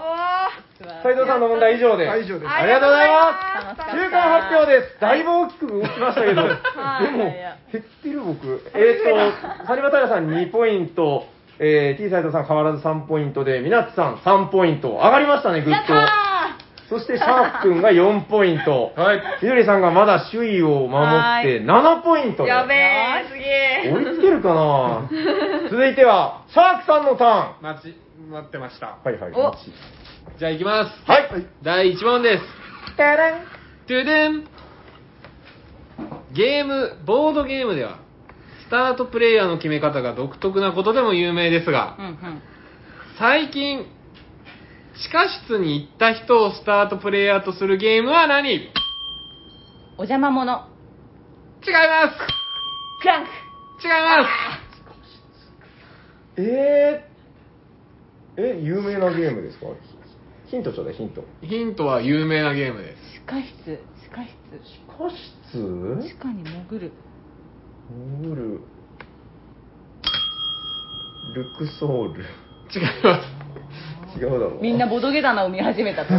B: す
A: 題だ。な
C: 斉藤さんの問題以上です。
B: はい以上です
C: ありがとうござい
F: ありがとうございま
C: ますす。中間発表です。だいぶ大きく動きました けど、でも
F: いや
C: 減ってる僕。えっと、サリバタイラさん2ポイント、えー T 斉藤さん変わらず3ポイントで、みなつさん3ポイント。上がりましたね、ぐっと。そしてシャープくんが4ポイント。
A: はい
C: みどりさんがまだ首位を守って7ポイントで。
E: やべえすげえ
C: 追いつけるか な続いては、シャークさんのターン。は
A: 待ち待ってました
C: いはい。
E: お
A: じゃあ行きます
C: はい。
A: 第1問ですトゥドゥンゲームボードゲームではスタートプレイヤーの決め方が独特なことでも有名ですが、
F: うんうん
A: 最近地下室に行った人をスタートプレイヤーとするゲームは何違い
F: お邪魔者
A: ます
F: クランク
A: 違いま
C: えー、え、有名なゲームですかヒントちょうだい、ヒント。
A: すヒントは有名なゲームです
F: 地下室地下室
C: 地下室
F: 地下に潜る
C: 潜る。ルクソール。
A: 違います
C: 違うだろう。
F: みんな。ボドゲ棚を見始めたと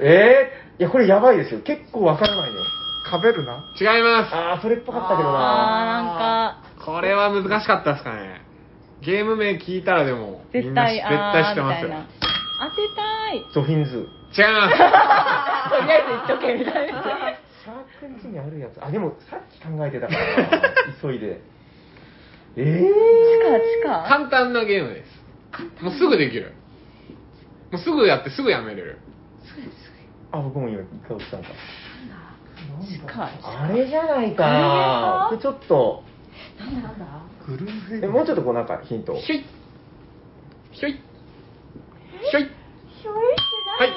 C: えー、いや、これやばいですよ。結構わからないよ。
B: かべるな。
A: 違いま
C: あー、それっぽかったけどな
F: あーなんか
A: すこれは難しかったですかねゲーム名聞いたらでもみ
F: 絶
A: んな
F: 対
A: 絶
F: あ
A: 対知っ
F: ー
A: て
F: み
A: ます
F: たい
A: よ
F: な当
C: ゾ
F: てたい
C: フィンズ。
A: 違います
F: とりあえず言っとけみたいな
C: シャークンズにあるやつ。あ、でもさっき考えてたから な急いで。えー、
F: 地 下地下
A: 簡単なゲームですもうすぐできるもうすぐやってすぐやめれる
C: あ、僕も今、一回落ちたんか。
F: 地下
C: あれじゃないかなでちょっと、
B: グルーフェイ
C: えもうちょっとこうなんかヒントを
A: ひょいひょいひょいはい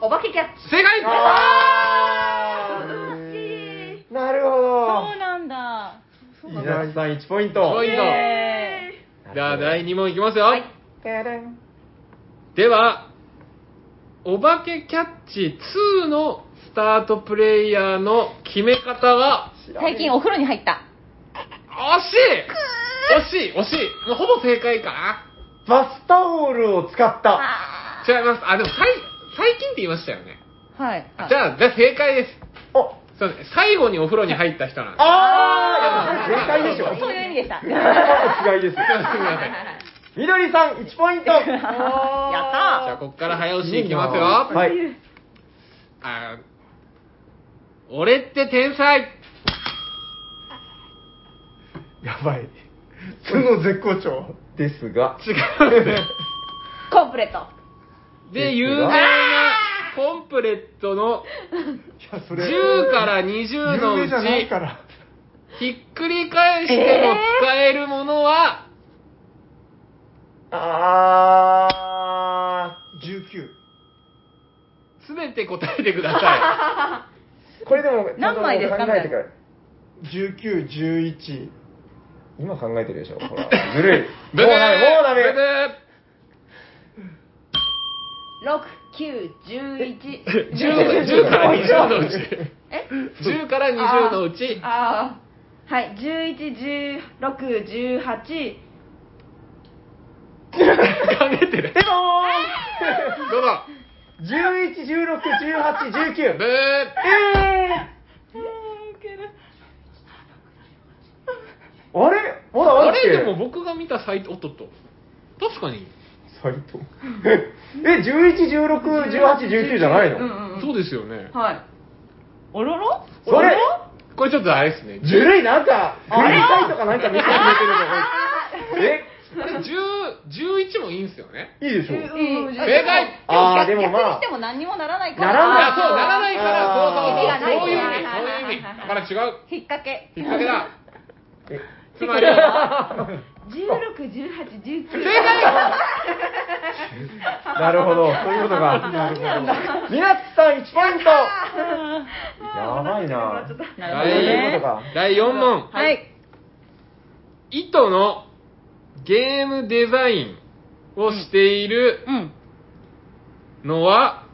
E: お化けキャッチ
A: 正解
C: あーなるほ
F: そうなんだ
C: ど稲田さん1ポイント
A: ポイント
F: え
A: じゃあ第2問いきますよ、
C: テレン
A: では「お化けキャッチ2」のスタートプレイヤーの決め方は
F: ー最近お風呂に入った
A: 惜しい惜しい惜しいもうほぼ正解かな
C: バスタオルを使った
A: 違いますあでも最最近って言いましたよね
F: はい
A: じゃあじゃあ正解です
C: お
A: そうね最後にお風呂に入った人なんです
C: あーいや正解でしょ
F: そうそういう意味でしたや
C: 違いで す
A: すいませんすみません
C: みどりさん1ポイン ト
A: じゃあ
F: っ
A: ここから早押しいきますよ
C: はい
A: あー俺って天才
B: やばい。その絶好調。
C: ですが
A: 違う ね
F: たコンプレート
A: で有名なコンプレットの
B: いや、それ。
A: 10から20の
B: 有名
A: う
B: じゃないか
A: ち
B: ら。
A: ひっくり返しても使えるものは、
C: あ
B: 19。
A: すべて答えてくださ
C: ーこれでもちゃんと
F: 何枚ですか
C: 考えてから
B: 19、11、
C: 今考えてるでしょ。ほら、ずるい。
A: ブ
C: もうダメ、もうダメ。
D: 六九十一。
A: ブブー 10, 10から20のうち
D: え？
A: 10から20のうち
D: ああ。はい。十一十六十八。
A: 考えてるどうぞ
C: 11、16、18、19。
A: ブー
C: あれまだ
A: あ
C: あるっけ
A: れでも僕が見たサイトおっとっと確かに
C: サイト。え、11、16、18、19じゃないの、
D: うんうん。
A: そうですよね
D: はい。
F: おろろ
C: それ、
A: これちょっとあれですね
C: ずるい、なんか、フリーサイトかなんか見せてくれてる
A: これ10 11もいいんですよね
C: じゃん。え、いいでしょ
F: う
A: 正解
C: あー
F: でも
C: でもまあ
F: 逆にしても何にもならないか
C: な
F: ら。
A: あ
C: らない
A: そうならないから
F: あー
A: そうそうそうそういう意
F: 意味
A: 味
F: が
A: そう
F: な
A: いう
F: い
A: 意味だから違う
F: 引っ掛け。
A: 引っ掛けだつまり
D: 十六十八十九。
C: なるほど、そういうことか。みなつさん1ポイントやばいな
F: な
A: は
F: るほ
C: そういうこ
F: ど
C: と
F: ね。
C: か。
A: 第4問
F: はい。
A: 糸のゲームデザインをしている
F: うん。
A: の は、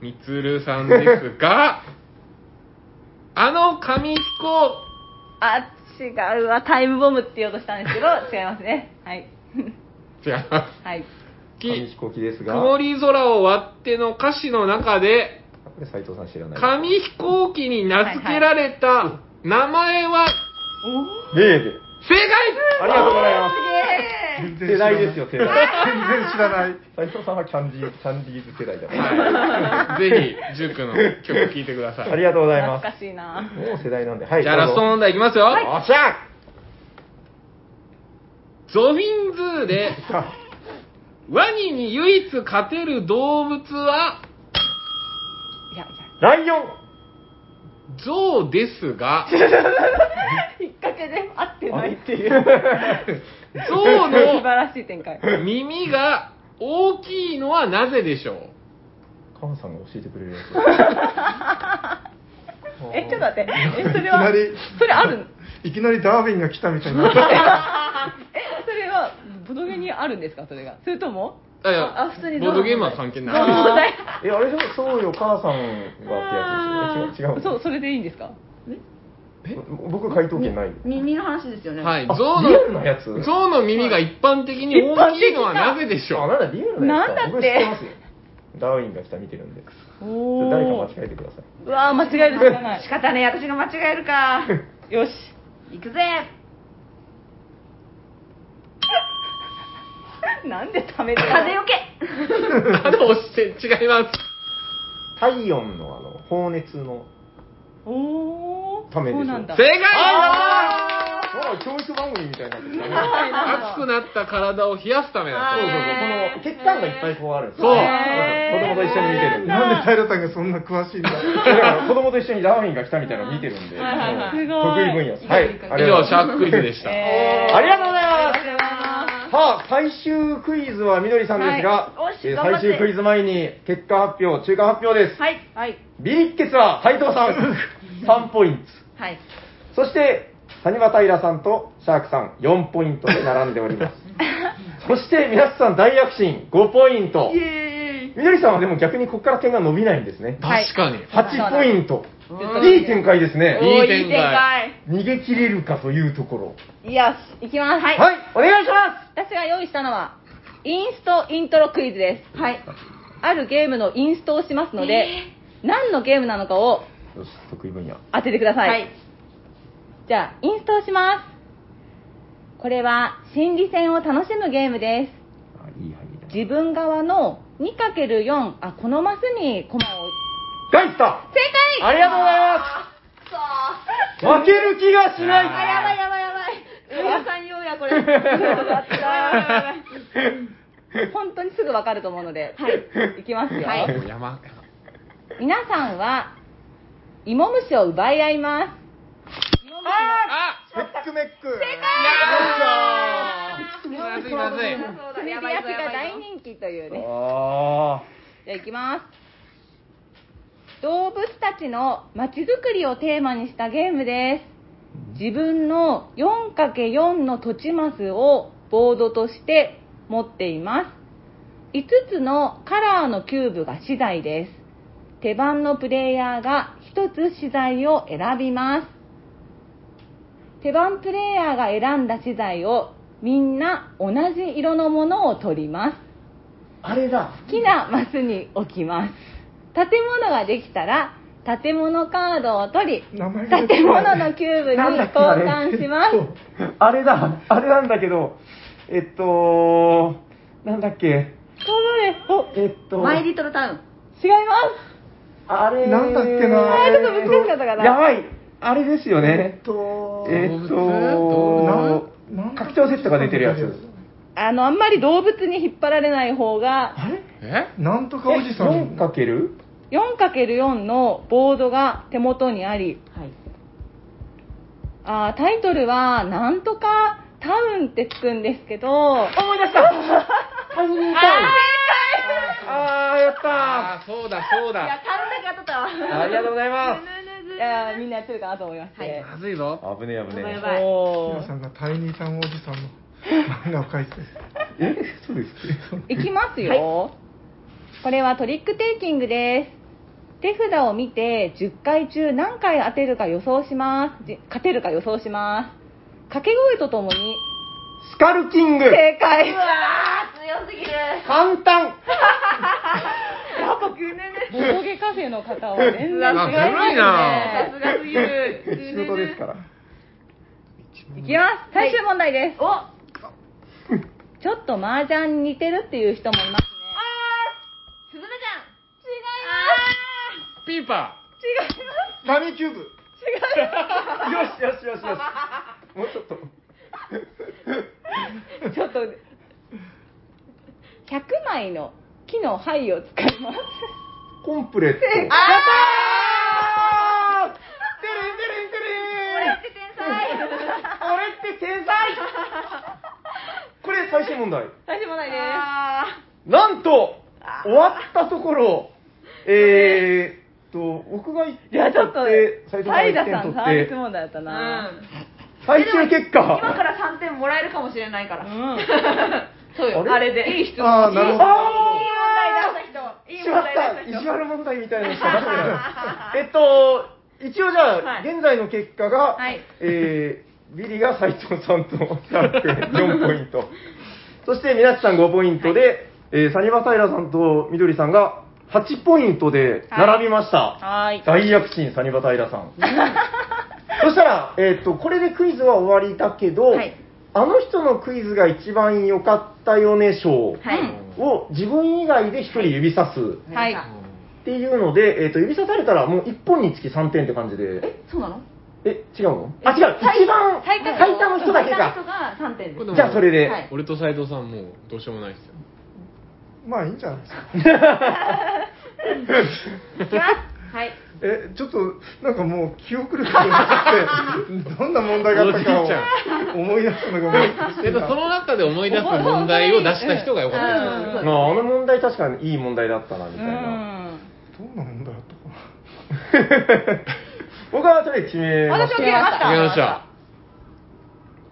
A: みつるさんですが、あの紙飛行、
F: あ、違うわ。タイムボムって言おうとしたんですけど、違いますね。はい。
A: 違う
F: はい。
C: 紙
A: き
C: 飛行機ですが、
A: 曇
C: こ
A: り空を割っての歌詞の中で、
C: れ斉藤さん知らない。
A: 紙飛行機に名付けられた名前は、
C: 例で。
A: 正
C: ありがとうございます。
B: 全然
C: 世
B: 知らな
C: 代
B: い
C: ですよ、世代。
B: 全然知らない
C: 斉藤さんはキャンディー、キャンディーズ世代だ
A: 解
C: ね。
A: はい。ぜひ、塾の曲聴いてください。
C: ありがとうございま
F: 懐
C: す。
F: かしいな。
C: もう世代なんで。はい。
A: じゃあラスト
C: どうぞ
A: 問題いきますよ。
C: おっしゃ
A: ゾフィンズーで、 ワニに唯一勝てる動物は、
F: いやいや。
C: ライオン
A: ゾウですが、
F: 引っ掛けで合って
C: あ
F: な
C: れ
F: い
C: っていう。
A: ゾウ
F: 素
A: の
F: 晴らしい 展開。
A: 耳が大きいのはなぜでしょう
C: カンさんが教えてくれる やつ。
F: え、ちょっと待って。え、それ
B: いきな
F: は
B: り、
F: それあるの
B: いきなりダーウィンが来たみたいになった
F: え、それは、ボドゲにあるんですかそれが。それとも
A: あいや
F: あ普通に
A: ボードゲームは関係
F: どう
A: ない。
F: だい
C: え、あれでもそうよ、母さんがってやつですよね。違う、違う。
F: そう、それでいいんですか
C: ぼ僕、回答権ないよ。
D: 耳の話ですよね。
A: はい、
C: あ
A: ゾウ
C: リアルな
A: の、
C: やつ
A: ゾウの耳が一般的に大きいのはなぜでし
C: あ、
A: ょう
C: なんだ、リアルなやつか
F: なんだ
C: 僕
F: っ
C: 知
F: て
C: ってますよ。ダーウィンが来た見てるんで。
F: お
C: 誰か間違
F: ー。
C: えてください。
F: うわー、間違えるしかない
D: 仕。方ねえ、私が間違えるか。
F: よし。
D: 行くぜ。
F: なんでためる
D: 風よけ。
A: あの、押して、違います。
C: 体温のあの、放熱の。
F: おー。
C: ためでしょ
F: そうなんだ。
A: 正解
C: ああ教育番組みたいになってるね。
A: 熱くなった体を冷やすためだ
C: そうそう
A: っ
C: そう、この血管がいっぱいこうあるんです
A: そう
C: 子供と一緒に見てるんで。
B: なんで平さんがそんな詳しいんだ
C: だから子供と一緒にラーメンが来たみたいなの見てるんで、
F: はいはいはい
C: もう
F: すご
C: 得
F: い
C: 意分野です。は
A: た
C: い、あ
A: 以
C: りがとう
A: 上、
C: ご
A: シャー
C: ざいま
A: ククイズでした。
C: す。ありがとうございます。さあ、最終クイ
F: えーありがとうございます。
C: ズはみどりさんですが、
D: はいよし
C: えー
D: 頑張
C: 最
D: っ
C: 終クイ
D: て
C: ズ前に結果発表、中間発表です。
D: はい。はい。
C: ビリッケツは斉藤さん3ポイン
D: はい。
C: ト、そして谷間平さんとシャークさん4ポイントで並んでおります。そして皆さん大躍進5ポイント。みどりさんはでも逆にここから点が伸びないんですね。
A: 確かに。
C: 8ポイント
F: う。だ
C: いい展開ですね。
A: いい
D: い
A: 展
D: い
A: 開。
C: 逃げ切れるかというところ。
F: よし、いきます。はい
C: はい、お願いしま
F: 私が用意したのは、インストイントロクイズです。はい。あるゲームのインストをしますので、何のゲームなのかを
C: す。よし、得意分野。
F: 当ててください。
D: はい
F: じゃあ、インストをします。これは心理戦を楽しむゲームです。
C: あいい範囲だ。
F: 自分側の 2×4、あ、このマスにコマを。
C: ガイスタ
F: 正
C: ー
F: 解
C: ありがとうございます負ける気がしない
D: やば いやばいやばい。上田さん用や、これ。
F: 本当にすぐわかると思うので、はい。いきますよ。
D: はい
A: もう 山。
F: 皆さんは、芋虫を奪い合います。芋虫の
A: あ
B: メックメック
A: いやーまずいまずい。
F: 炭火焼きが大人気というね。
C: あ
F: じゃあ行きます。動物たちのまちづくりをテーマにしたゲームです。自分の 4×4 の土地マスをボードとして持っています5つのカラーのキューブが資材です手番のプレイヤーが1つ資材を選びます手番プレイヤーが選んだ資材をみんな同じ色のものを取ります
C: あれだ
F: 好きなマスに置きます建物ができたら建物カードを取り
B: 名前が出てこない
F: 建物のキューブに
C: なんだ
F: 交
C: っけあれ
F: 換し
C: え
F: ま
C: っと あれだあれなんだけどえっとなんだっけ
F: すそうですお
C: えっと
E: マイリトルタウン
F: 違います
C: あれ
B: なんだっけな
F: あれちょっと難しかったかな
C: やばいあれですよ
B: え
C: ね
B: っと、
C: えっ
A: 動
C: と拡張セットが出てるやつ
F: あのあんまり動物に引っ張られない方が
C: あれ
A: え
B: なんとかおじさん。
C: 4かける
F: 4×4 のボードが手元にあり
E: はい
F: あータイトルはなんとかタウンってつくんですけど
C: 思い出 したタイニータウンあーやった
A: ああそうだそう
E: いや買
A: だ
E: った買った
C: ーありがとうございま
F: いやーみんなやってるかなと思いまして、
A: まずいぞ
C: す危ねえ危ね
E: や
C: え
E: ばい
F: お
B: 皆
F: ー
B: さんがタイニータウンおじさんの漫画を描いて。
C: えそうですっ
F: いきますよ、これはトリックテイキングです手札を見て10回中何回当てるか予想しますじ勝てるか予想します掛け声とともに
C: けスカルキング
F: 正解
E: うわー強すぎる
C: 簡単
F: ボトゲカフェの方は全然違い
A: あず
F: ま
E: さす
A: るいな
E: がすぎる
C: 仕 事ですから
F: すいきます最終問題です、
E: おあ
F: ちょっと麻雀に似てるっていう人もいますね
E: ーすずめちゃん違いま
A: ピーパ
B: ラメキューブ。
C: よしよしよしよしもうちょっ と
F: ちょっと100枚の木の灰を使います
C: コンプレットあてれんてれんてれん
E: す天 才
C: 俺って天才これ最終問題
F: 最終問題です
E: あ
C: なんと終わったところえーっと僕が1
F: いや、ちょっと、
C: 最初
F: サイ
C: から
F: ダ
C: 1点
F: さん
C: 取
F: サ
C: っ
F: ービス
C: て
F: 問題だった
E: ー
F: な。
E: うん
C: 最終結果
E: 今から3点もらえるかもしれないか
F: う
E: ら、
F: ん。
E: そうよあ
C: あ
E: れ
C: れ
E: でいい質問
B: ああ、なるほど。
E: いい問題出した人いい
C: し
E: 問
C: まっ
E: 題
C: た
E: 出した
C: 意地
E: 人
C: 悪問題みたいなのしか出 せないえっと一応じゃあ、
E: はい
C: 現在の結果が、
E: はい
C: えービリが斉藤さんとシャーク4ポイントそして皆さん5ポイントで、えーサニバタイラさんとみどりさんが8ポイントで並びました、
F: はーい。
C: 大躍進、サニバタイラ さん。そしたら、えっと、これでクイズは終わりだけど、
E: はい
C: あの人のクイズが一番良かったよね賞
E: はい
C: を自分以外で一人指さすっ
F: はい。
C: ていうので、えっと、指さされたらもう1本につき3点って感じで。
E: えそうなの
C: え、違うのあ、違う。一番最多の人だけ
E: 最
C: か。
E: 多の人が3点です
A: 人
C: じゃあ、それで。
E: はい
A: ー俺と斎藤さんもうどうしようもないですよ
B: まあいいんじゃないですか。
E: いきますはい
B: え、ちょっと、なんかもう記憶力がなくて、どんな問題があったか
A: おじいち
B: を思い出すのが難し
A: え
B: い
A: っとそ
B: な。
A: の中で思い出す問題を出した人が良かったですよ
E: うん
C: まあ、あの問題確かにいい問題だったな、み
F: う
C: たいな。
F: ん。
B: どんな問題だったかな。
C: 僕はとりあえず決めま
E: 私も
C: し
E: 決めました
A: わかりました
C: た。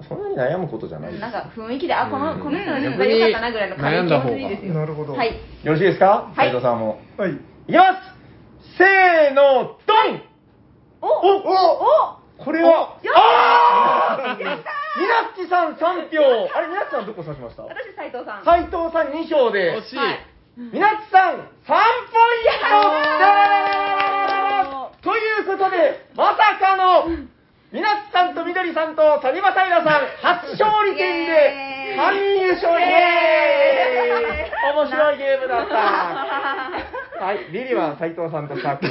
C: そんなに悩むことじゃないです
E: なんか雰囲気であこ
A: うん
E: のこの人の人が良かったなぐらいの軽い気持ちでいいですよ
B: なるほど。
E: はい
C: よろしいですか
E: はい
C: 斉藤さんも。
B: はい。
C: いきますせーの、ドンおおおこれは、ああーみなっちさん3票あれ、みなっちさんどこ指しました
E: 私斉藤さん
C: 斉藤さん2票で
A: 惜、しい
E: はい
C: みなっちさん3ポイントということで、まさかの、みなっちさんとみどりさんと谷場平さん、初勝利点で、半優勝イエーイ面白いゲームだった。はい、リリは斉藤さんとシャーク。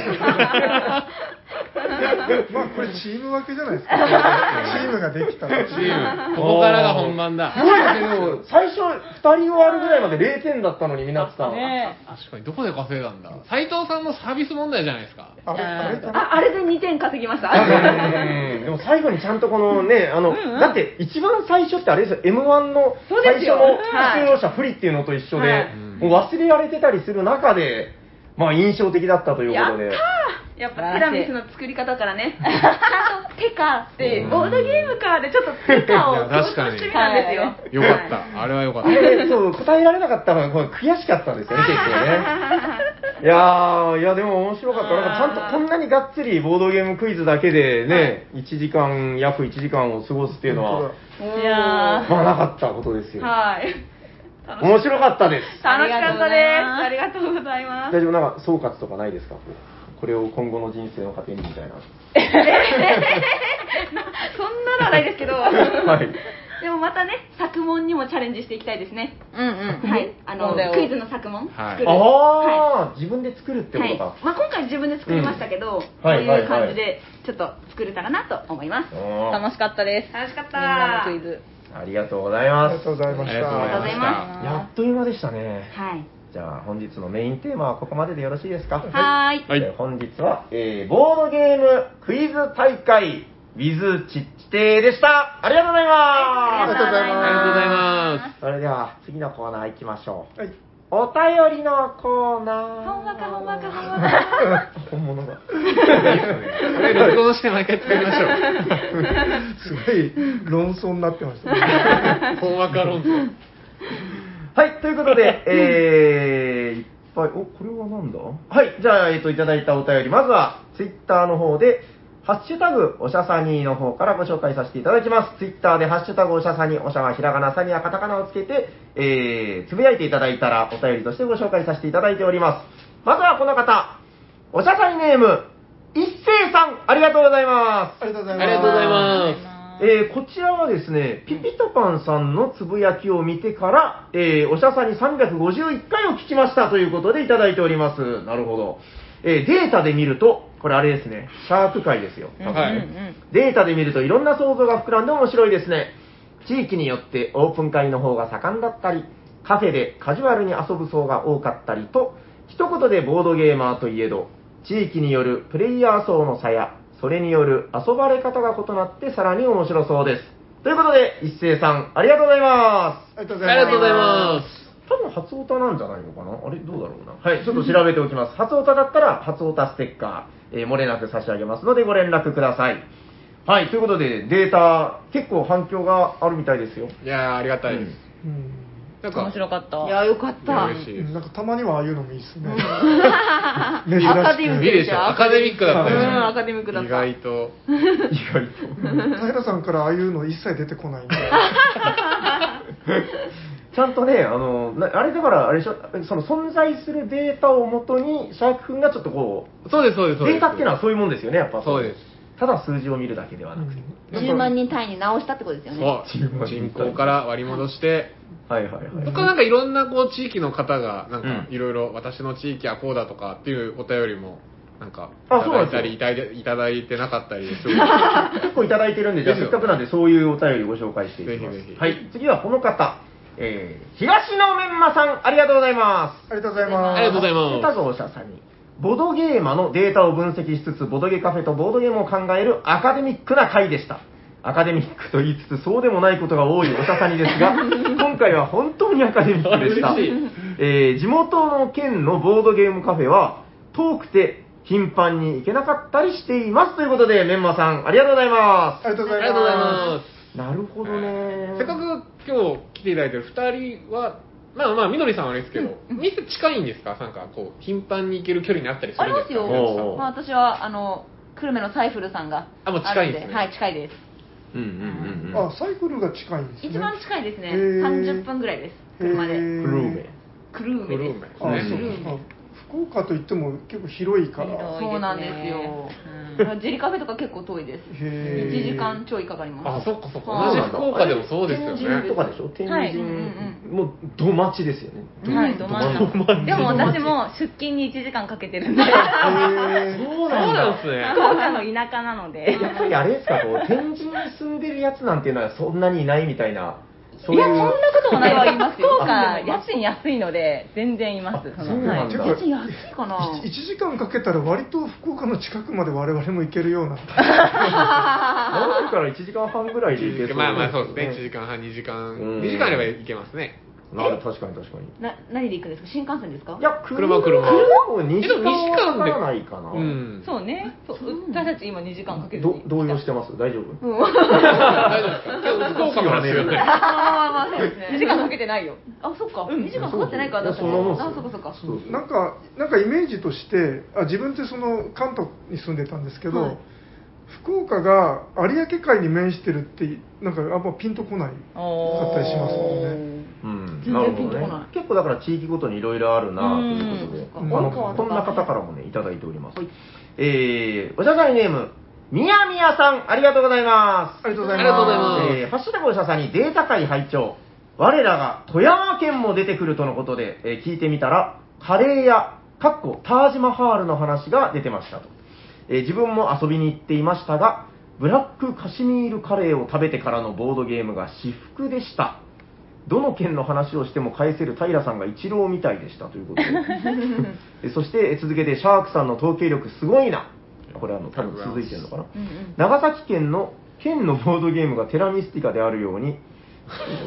B: まあこれチーム分けじゃないですか。チームができたら。
A: チームここからが本番だ
C: すごいですね、でも最初2人終わるぐらいまで0点だったのに、みなっちさん。
F: ね
A: 確かにどこで稼いだんだ斎藤さんのサービス問題じゃないですか
B: あれ、あれかな。
E: ああれで2点稼ぎました
C: うんでも最後にちゃんとこのね、あの、だって一番最初ってあれですよ、M1 の最初の出場者不利っていうのと一緒で、
E: はい
C: もう忘れられてたりする中で、まあ印象的だったということで。
E: やっぱティラミスの作り方からね、ちゃんと手かって、ボードゲームかでちょっと手かを
A: いや確かに
E: してみたんですよ。
A: よかった。あれはよかった。
C: でそう答えられなかったのがこれ悔しかったんですよね、結構ね。いやー、いやでも面白かった。なんかちゃんとこんなにがっつりボードゲームクイズだけでね、1時間、約1時間を過ごすっていうのは、
E: いや
C: まあなかったことですよ。
E: はい。
C: 面白かったです。
E: 楽しかったです。ありがとうございま
C: 大
E: す。
C: 丈夫なんか総括とかないですかこうこれを今後の人生の糧にみたいな。
E: そんなのはないですけど、
C: はい。
E: でもまたね、作文にもチャレンジしていきたいですね。
F: うんうん
E: はい。あの、
F: そうだよ
E: クイズの作文
A: はい
E: 作る。
C: あー、自分で作るってこ
E: は
C: と
E: い
C: か。
E: まあ、今回自分で作りましたけど、こう
C: はいはい
E: い
C: はいう
E: 感じでちょっと作れたらなと思います、
C: あー
F: 楽しかったです
E: 楽しかっ
F: みんな
E: た
F: のクイズ
C: ありがとうござい
B: あ
C: ま
B: りが
C: す
B: と。うございまし
A: ありがとうござい
B: た
A: まし
E: あ
A: た。
C: やっという間でしたね。
E: はい
C: じゃあ本日のメインテーマはここまででよろしいですか
E: はーい
A: はい
C: えー本日は、えーボードゲームクイズ大会 with ちっちてでしたありがとうござい
B: あ
C: ま
B: りがとうござい
A: ありがとうございま
B: ま
A: す
C: それでは次のコーナー行きましょう
B: すはい
C: お便りのコーナー
E: ほんわかほんわかほんわか
C: わか本物だ
A: す。これ録音して毎回作りましょ
B: すごい論争になってましたね
A: う。ほんわか論争。
C: はいということ でえー、いっぱいおこれはなんだはいじゃあ、えー、といただいたお便りまずはツイッターの方でハッシュタグ、おしゃさにの方からご紹介させていただきます。ツイッターで、ハッシュタグ、おしゃさに、おしゃはひらがな、さにはカタカナをつけて、えー、つぶやいていただいたら、お便りとしてご紹介させていただいております。まずはこの方、おしゃさにネーム、一斉さん、ありがとうございます。
B: ありがとうござい
A: ありがとうございま
C: えーこちらはですね、ピピタパンさんのつぶやきを見てから、えーおしゃさんに351回を聞きましたということでいただいております。なるほど。えーデータで見ると、これあれですね、シャーク会ですよ。多分ね
A: はい
C: データで見るといろんな想像が膨らんで面白いですね。地域によってオープン会の方が盛んだったり、カフェでカジュアルに遊ぶ層が多かったりと、一言でボードゲーマーといえど、地域によるプレイヤー層の差や、それによる遊ばれ方が異なってさらに面白そうです。ということで、一斉さん、ありがとうございます。
B: ありがとう
A: す。
B: ご
A: あ
B: ざ
A: りが
B: います
A: とうございます。
C: 多分初オタなんじゃないのかなあれどうだろうなはいちょっと調べておきます初オタだったら初オタステッカー、えー、漏れなく差し上げますのでご連絡くださいはいということでデータ結構反響があるみたいです よ
A: いやー、ありがたいです。
B: うん
A: なんか、
F: 面白かった
D: いやよかった
A: 嬉しいです。
B: なんかたまにはああいうのもいいですね 珍しく
D: アカデミック
A: いいでしょ、アカデミックだったでしょ
D: うんアカデミックだった
A: 意外と。
C: 意外と
B: 平さんからああいうの一切出てこないんで
C: ちゃんとねあのなあれだからあれでしょその存在するデータをもとにシャーク君がちょっとこう
A: そうです、そうです、そうです。
C: データっていうのはそういうもんですよねやっぱ
A: そうです
C: ただ数字を見るだけではなくて、
D: 10万人単位に直したってことですよね
A: そう、人口から割り戻して、
C: はいはいはい
A: 他なんかいろんなこう地域の方が、なんか
C: うん
A: いろいろ私の地域はこうだとかっていうお便りも、なんか、い
C: あ
A: た
C: そうな
A: だ
C: ん
A: いたり、い
C: で
A: ただいいただいてなかったり ですごい
C: 結構いただいてるんで、じゃあ
A: で
C: せ
A: す
C: っ
A: よ
C: かくなんで、そういうお便りご紹介していきます。
A: ぜひぜひ
C: はい、次はこの方、えー、東のメンマさん、ありがとうございます。
B: ありがとうございます
A: ありがとうございます
C: 出たぞ、おしゃさんに。ボドゲーマのデータを分析しつつ、ボドゲカフェとボードゲームを考えるアカデミックな回でした。アカデミックと言いつつ、そうでもないことが多いおしゃさにです が、今回は本当にアカデミックでした。
A: 嬉しい
C: えー地元の県のボードゲームカフェは、遠くて頻繁に行けなかったりしています。ということで、メンマさん、ありがとうございます。
B: ありがとうご
A: あ
B: ざい
A: りが
B: ます
A: とうございます。
C: なるほどね。
A: せっかく今日来ていただいてる2人は、まあまあ、みのりさんはあれですけど、店近いんですか、なんかこう、頻繁に行ける距離になったりす
E: あ
A: る
E: ります
A: んで
E: すよ、
A: か、みのりさん
C: おうおう
E: まあ、私はあの久留米のサイフルさんが
A: あもう近いんですね
E: あるはい近いです
C: うんうんうんうん。
B: あサイクルが近いんですね
E: 一番近いですね
B: へー
E: 30分ぐらいです車
B: へ
E: で
B: ー
C: ブルーメ。
E: 久留
A: 久
E: 米
A: 留米
E: で
A: です
B: あ
A: ね。
B: そうか福岡といっても結構広いから
E: す
F: 広
E: そうなんですよ、ジェリカフェとか結構遠いです
B: へー
E: 1時間ちょいかかります
A: あ、そっかそっ
E: あ
A: か。同じ福岡でもそうですよ
C: 天神と
A: ね。
C: かでしょ天神、
F: はいうん
E: う
C: もう、ど町ですよね。
F: はいど真ん中
C: ど真ん中
F: でも私も出勤に1時間かけてるんで
B: へー
A: そうなんです
F: 福
A: ね。
F: 岡の田舎なので
C: やっぱりあれですか、こう、天神に住んでるやつなんていうのはそんなにいないみたいな。そ
F: いや、そんなこともないわ、
E: い
F: 今、
E: ます
F: 福
E: よ
F: 岡、家賃安いので、全然います。
C: あ
F: の
C: そうなんだ
F: はい
E: 家賃安いかな
B: 1時間かけたら割と福岡の近くまで我々も行けるような
C: 長いから1時間半ぐらいで行けそう
A: まあまあそうですね。1時間半、2時間、
C: うん
A: 2時間あれば行けますね。
C: なる確かに確かに
E: な何で行くんですか新幹線ですか
C: いや
A: 車車
C: 車も2時
A: えでも二時間
C: 間
A: で
C: かからないかな、
A: うん。
F: そうねそう
E: そう
F: 私たち今2時間かけず
C: ど
F: に
C: 動揺してます大丈夫
A: 大丈夫ですか。福岡までですよね。
E: ああまあそうです
F: 2
E: ね
F: 時間かけてないよ
E: あそっか
F: うん
E: 2時間かかってないから
C: いや
E: 私
C: そんなもんっすよ
E: あそっかそっか
C: そうそう
B: なんかなんかイメージとしてあ自分ってその関東に住んでたんですけど、
E: はい
B: 福岡が有明海に面してるってなんかあんまピンとこないかったりしますもんね
C: うん
E: 全然
C: なる
E: ピン
C: ほ
E: とこ
C: どね
E: ない
C: 結構だから地域ごとにいろいろあるなということで、
B: うん
C: あ
B: 及
C: の
E: 川
C: ことん
E: か
C: な方からもねいただいております、
E: はい
C: えー、おしゃさにネームみやみやさんありがとうございま
B: あ
C: す
B: りがとうございます
A: ありがとうございます
C: えーハッシュタグおしゃさにデータ会拝聴我らが富山県も出てくるとのことで、えー聞いてみたらカレー屋かっこタージマハールの話が出てましたと、えー自分も遊びに行っていましたがブラックカシミールカレーを食べてからのボードゲームが至福でしたどの県の話をしても返せる平さんが一郎みたいでしたということでえそしてえ続けてシャークさんの統計力すごいなこれあの多分続いてるのかな長崎県の県のボードゲームがテラミスティカであるように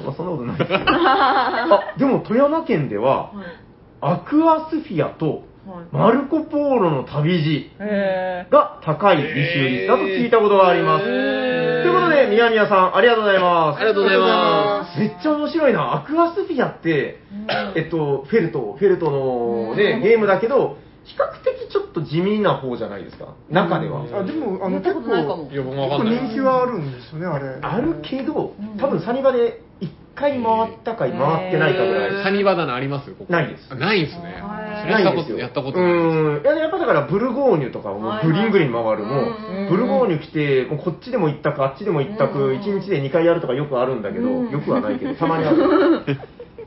C: まあそんなことないですけどあでも富山県では、アクアスフィアとマルコ・ポーロの旅路
F: へえ
C: が高い履修率だと聞いたことがあります、
A: へー
C: ということで宮宮さんありがとうございます
A: ありがとうございま
C: めっちゃ面白いな、アクアスフィアって、えっと、フェルト、フェルトの、ね、ゲームだけど、比較的ちょっと地味な方じゃないですか、中では。
B: あでもあの
E: やった
B: 結
E: こ
B: 構
E: とないかも
A: す。いや、僕もわか
B: 結構
A: んない。
B: 人気はあるんですよねあれ
C: あるけど、多分サニバで1回回ったか回ってないかぐらい。
A: サニバナナありますここ
C: ないです
A: あないんですね。
C: ない
A: やった
C: ん
A: こ
C: です
A: と、
C: よ。
A: やったこと
C: う
A: ないです。
C: ん。いや、やっぱだから、ブルゴーニュとかもうグリングリン回る。もう、ブルゴーニュ来て、もうこっちでも一択、あっちでも一択、一日で2回やるとかよくあるんだけど、よくはないけど、たまに ある。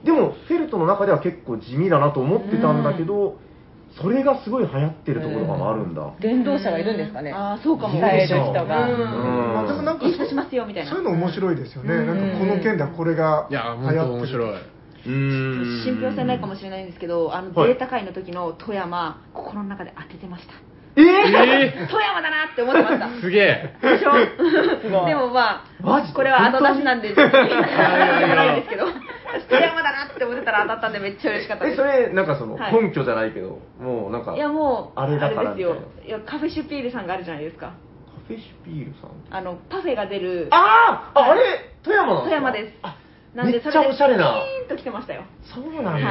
C: でも、フェルトの中では結構地味だなと思ってたんだけど、それがすごい流行ってるところがあるんだ。
F: 電動車がいるんですかね
E: ああそうかも
C: 自転車
F: 帰る人が
E: うん
B: まあでもなんか
E: いい人しますよみたいな
B: そういうの面白いですよね、
E: うん
B: なんかこの件ではこれが
A: いや、
B: 流
A: 本当
B: 行
A: 面
B: ってる
A: 白い。
C: うん
E: 信憑性ないかもしれないんですけどあの
C: はい
E: データ会の時の富山心の中で当ててました
C: えー
A: え
E: 富山だなって思って ました
A: ー、すげえ。
E: でしょでもま
C: マジ
E: あ
C: で
E: これは後出しなんで言ってないんですけど富山だなって思ってたら当たったんでめっちゃ嬉しかったで
C: え、
E: す
C: それ、なんかその、
E: はい
C: 根拠じゃないけど、もうなんか、
E: いやもう
C: あれだから
E: あれですよいやカフェシュピールさんがあるじゃないですか
C: カフェシュピールさん
E: あのパフェが出る
C: あああれ富山なん
E: 富山です
C: あ
E: なん
C: め
E: で
C: っ
E: そ
C: ち
E: れ
C: ゃ
E: で
C: おしゃれな
E: ピーンと来てましたよ
C: そうなん
A: へ
C: だ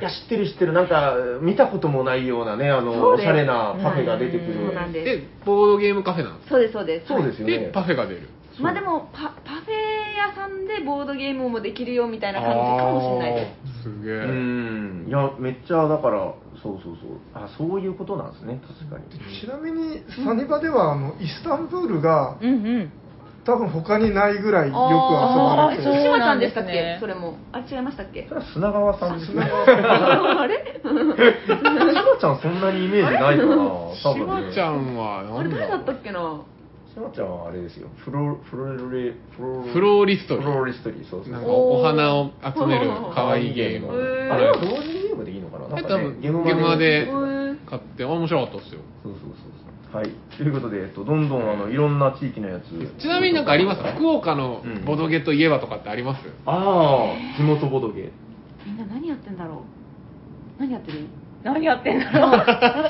A: ー
C: いや知ってる知ってるなんか見たこともないようなねあの
E: そう
C: お
E: で
C: し
E: す
C: ゃれなパフェが出てく
E: そうなん
C: る
E: です
A: で、ボードゲームカフェなんです
E: そうですそうです
C: そうですよ
A: で、
C: ね
A: パフェが出る。。
C: そう
E: まあでもパパフェ屋さんでボードゲームもできるよみたいな感じかもしれないです
A: すげ
C: う
A: え。
C: んいやめっちゃだからそうそうそうあそういうことなんですね確かに
B: ちなみにサニバではあのイスタンブールが
F: うんうん
B: 多分他にないぐらいよく遊ば
F: あ
B: れ
F: ー
B: て
E: 福
B: る
F: そう
E: 島さんでしたっ
F: そうなんですね
E: けそれもあ違いましたっ け
C: それは砂川さんですね
E: あれ
C: しのちゃんそんなにイメージないかな多
A: し
C: 分ね
A: まちゃんは
E: あれ
A: 何
E: 誰
A: だ
E: だ
A: ろう
E: ったっけな
C: しのちゃんはあれですよフロフロレフロ
A: フローリストリ
C: フ
A: ー
C: ロリストリーそうそう
A: なんかお花を集める可愛いゲーム。
E: へー
C: あれは同時ゲームでいいのかななんか、
A: 多分
C: ね、
A: ゲームマ
E: へ
A: で
E: ー
A: 買って、あ面白かったですよ。
C: そうそうそうそうはいということで、えっと、どんどんあのいろんな地域のやつ
A: ちなみになんかあります福岡の
C: うん
A: ボドゲといえばとかってあります
C: ああ地元ボドゲ
E: みんな何やってんだろう何やってる
F: 何やってんだろ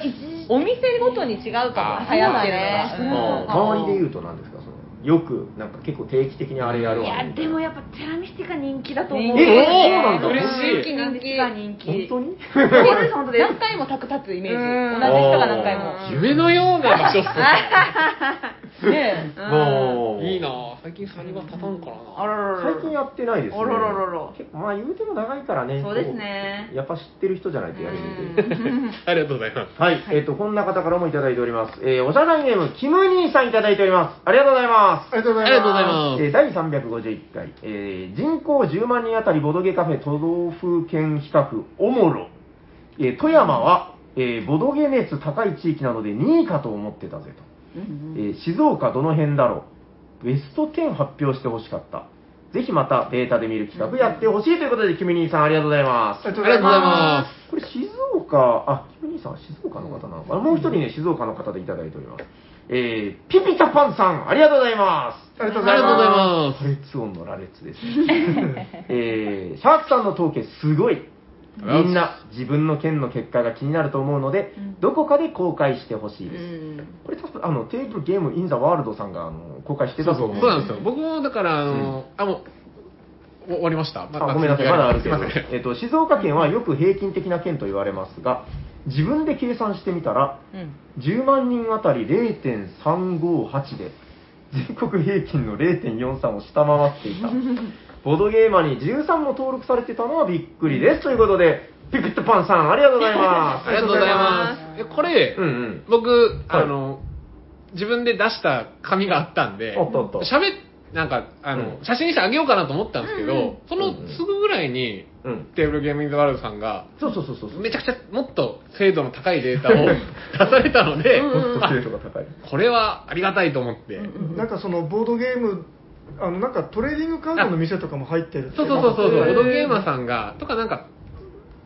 F: うお店ごとに違うか
A: あ
F: も流行ってるのが、
E: そうだね
F: うん
E: あー
C: 周りで言うと何ですかそのよくなんか結構定期的にあれやる
E: い
C: わ
E: やでもやっぱテラミスティカ人気だと思う
F: 人気
C: えそうなんだ
A: 嬉しい
E: テラミスティカ人気
C: 本当に
E: 本当です本当です
F: 何回も卓立つイメージ
E: う
F: 同
E: ん
F: じ人が何回も
E: あ
A: 夢のような場所っすね
F: ねえ
C: もう
A: いいなぁ最近サニバ立たんからな
E: あらららら
C: 最近やってないですね
E: あらららら
C: 結構まあ言うても長いからね
E: そうですね
C: こうやっぱ知ってる人じゃないとやりにくい
A: ありがとうございます
C: はい、えっ、と、こんな方からもいただいております。えー、おしゃらいネーム、キム兄さんいただいております。ありがとうございます。
B: ありがとうご
A: あ
B: ざ
A: りが
B: います
A: とうございます、
C: えー第351回、えー人口10万人あたりボドゲカフェ都道府県比較おもろ、えー富山は、えーボドゲ熱高い地域なので2位かと思ってたぜと、えー静岡どの辺だろうベスト10発表してほしかったぜひまたデータで見る企画やってほしいということでキム兄さんありがとうございます
B: ありがと
A: あ
B: う
A: りがと
B: ございう
A: ござい
B: ま
A: ま
C: これ静岡、あ、キム兄さんは静岡の方なのかな、もう一人ね、静岡の方でいただいております。えー、ピピタパンさん、ありがとうございます。
B: ありがとう
A: ございますありがとうございます
C: 羅列音の羅列ですね。えー、シャークさんの統計すごい。みんな自分の件の結果が気になると思うので、どこかで公開してほしいです。これ多分あのテーブルゲームインザワールドさんがあの公開して
A: そう
C: た
A: そ
C: と思
A: う
C: う
A: そうなんですよ。僕もだから、あの、あ、もう、お終わりました。ま
C: あごめんなさい、まだあるけど
A: すいません、
C: えっと、静岡県はよく平均的な県と言われますが、自分で計算してみたら、
F: うん
C: 10万人あたり0.358で、全国平均の0.43を下回ってい た。ボードゲーマーに13も登録されてたのはびっくりです。ということで、ピピットパンさん、ありがとうございま
A: ありがとうございます。えこれ、
C: す。うんうん。
A: 僕、あの、自分で出した紙があったんで、
C: おっとおっと
A: 喋っなんか、あの、
C: うん
A: 写真にしてあげようかなと思ったんですけど、そのすぐぐらいに、
C: うん。
A: テーブルゲームインザワールドさんが、
C: そうそうそうそう。
A: めちゃくちゃもっと精度の高いデータを出されたので、
C: もっと
A: あ
C: 精度が高い。
A: これはありがたいと思って、
B: なんかそのボードゲームあのなんかトレーディングカードの店とかも入ってるって
A: そうそうそうそう、
B: へー
A: ボードゲーマーさんが、とかなんか、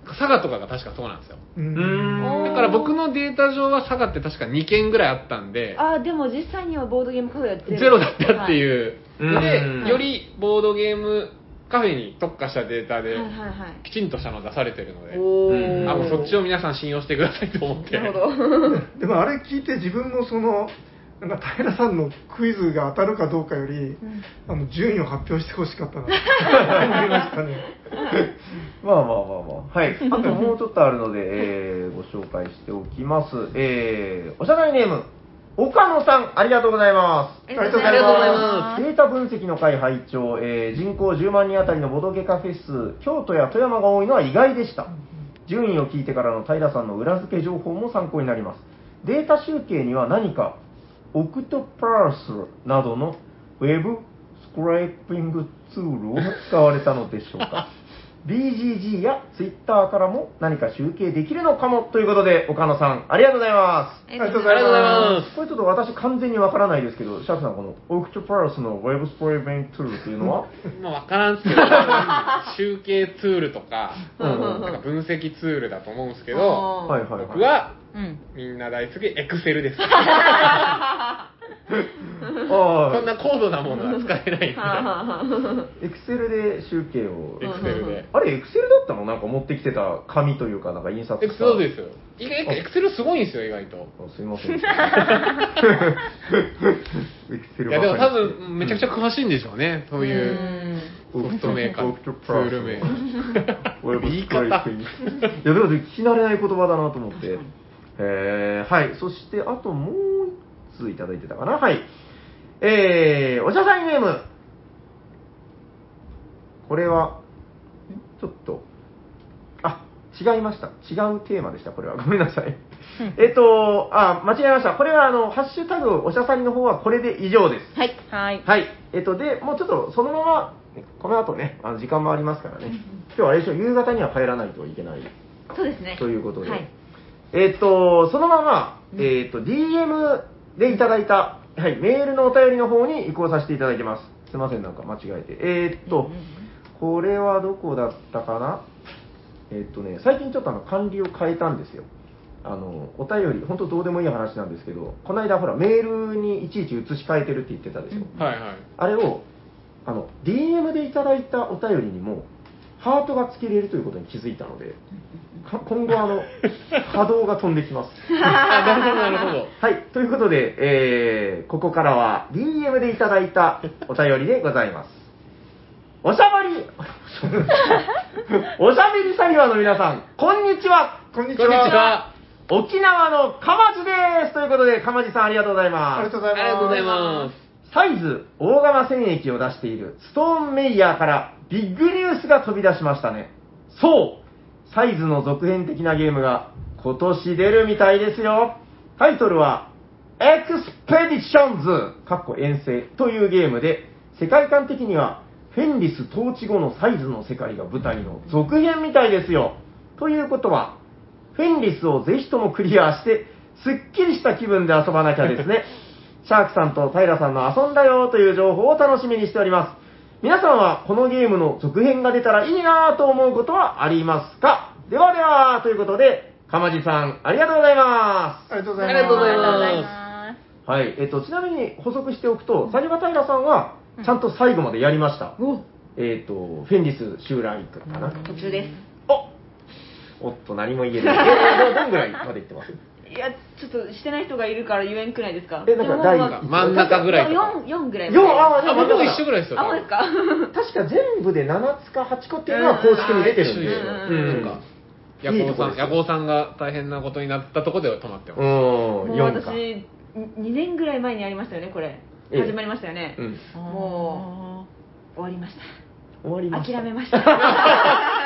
A: 佐賀とかが確かそうなんですよ。
B: う
C: うんーん。
A: だから僕のデータ上は佐賀って確か2件ぐらいあったんで、
D: あーでも実際にはボードゲームカフェはゼロ
A: ゼロだったっていう。
C: はいうん
A: で、よりボードゲームカフェに特化したデータ
D: はい
A: で
D: は、いはいはい
A: きちんとしたの出されてるので、
D: お
C: うん
A: あ、もうそっちを皆さん信用してくださいと思って。
D: なるほど
B: でもあれ聞いて自分もそのなんか平さんのクイズが当たるかどうかより、あの順位を発表してほし かったな思いましたね
C: まあまあまあまあ。はい。あともうちょっとあるので、えーご紹介しておきます。えー、おしゃがりネーム、岡野さん、ありがとうございます。
B: ありがとうご
A: ざいま
C: データ分析の会拝聴、えー人口10万人あたりのボドゲカフェ数、京都や富山が多いのは意外でした。順位を聞いてからの平さんの裏付け情報も参考になります。データ集計には何か、オクトパースなどのウェブスクライピングツールを使われたのでしょうか。BGG や Twitter からも何か集計できるのかもということで、岡野さん、ありがとうございます。
B: ありがとうご
A: あ
B: ざ
A: りが
B: い
A: とうござい
B: ま
A: ます。
C: これちょっと私完全にわからないですけど、シャークさん、このオクトパラスのウェブスプレイベントゥールっていう のは、
A: まあ分からんすけど、集計ツールとか、
C: うんうん
A: なんか分析ツールだと思うんですけ
D: あ
A: ど、
D: ー
C: はいはい
A: 僕
C: はい。
A: は
F: うん
A: みんな大好き、エクセルです。そん
C: あ
A: な高度なものは使えないんで、
C: あ、エクセルで集計を。
A: エクセルで。
C: あれ、エクセルだったのなんか持ってきてた紙というか、なんか印刷した。
A: エクセルですよ。意外エクセルすごいんですよ、意外と。
C: あすいま せん。エクセル
A: いやでも
C: ば
A: 多
C: かりして
A: 分めちゃくちゃ詳しいんでしょうね、そういうソフトメーカー、ツール名。 言い方。
C: いや、でも聞き慣れない言葉だなと思って。えー、はい。そして、あともう一ついただいてたかな。はい。えー、おしゃさんネーム。これは、ちょっと、あ、違いました。違うテーマでした、これは。ごめんなさい。えっと、あ、間違えました。これは、あの、ハッシュタグ、おしゃさんの方はこれで以上です。
F: はいはい
C: はい。えっと、で、もうちょっとそのまま、この後ね、あの時間もありますからね、今日はあれでしょ、夕方には帰らないといけない
D: そうですね
C: ということで、
D: はい
C: えっと、そのまま、えっと、DM でいただいた、はい、メールのお便りの方に移行させていただきます。すいません、なんか間違えて。えっと、これはどこだったかなえっとね、最近ちょっとあの管理を変えたんですよ。あのお便り、本当どうでもいい話なんですけど、この間、ほら、メールにいちいち移し替えてるって言ってたでし ょ、
A: はいは い。
C: あれをあの DM でいただいたお便りにもハートがつけれるということに気づいたので、か今後あ の波動が飛んできます。
A: あ、なるほどなるほど。
C: はい、ということで、えーここからは DM でいただいたお便りでございます。おしゃば り、おしゃべりサニワの皆さん、こんにちは
B: こんにち
A: こんにち
B: は
A: は。
C: 沖縄のかまじですということで、かまじさんありがとうございます。
B: ありがとうご
A: あ
B: ざい
A: りが
B: ます
A: とうございま
C: サイズ大釜戦役を出しているストーンメイヤーからビッグニュースが飛び出しましたね。そうサイズの続編的なゲームが今年出るみたいですよ。タイトルは、エクスペディションズかっこ遠征というゲームで、世界観的にはフェンリス統治後のサイズの世界が舞台の続編みたいですよ。ということは、フェンリスをぜひともクリアして、すっきりした気分で遊ばなきゃですね。シャークさんと平さんの遊んだよという情報を楽しみにしております。皆さんはこのゲームの続編が出たらいいなぁと思うことはありますかではでは、ということで、かまじさん、ありがとうございま。
B: ありがとうご
A: す。あ
B: ざい
A: り
B: ます
A: がとうござ
E: あ
A: い
E: りがとうござい
A: ま
E: ま
A: す。
E: す
C: はい。えっと、ちなみに補足しておくと、サニバタイラさんは、ちゃんと最後までやりました。えっと、フェンリス襲来かな。
E: 途中です
C: おおっと、何も言えない。どんぐらいまで行ってます
E: いやちょっとしてない人がいるから言えんくないですか
C: えなんか第一
A: 真ん中ぐらいとか
E: 4 4ぐらい
C: よあ
A: あ、僕も一緒ぐらいですよ。
E: あそうですか
C: 確か全部で7つか8個っていうのは公式に出てるんですよ。
A: うんうんうん夜行さん、夜行さんが大変なことになったとこで止まってます。
C: うん、
E: もう
C: 4
E: 私
C: か。
E: 2年ぐらい前にやりましたよねこれ
C: ええ
E: 始まりましたよね、
C: うん
E: もう終わりまし
C: 終わり
E: た
C: ました。
E: 諦めました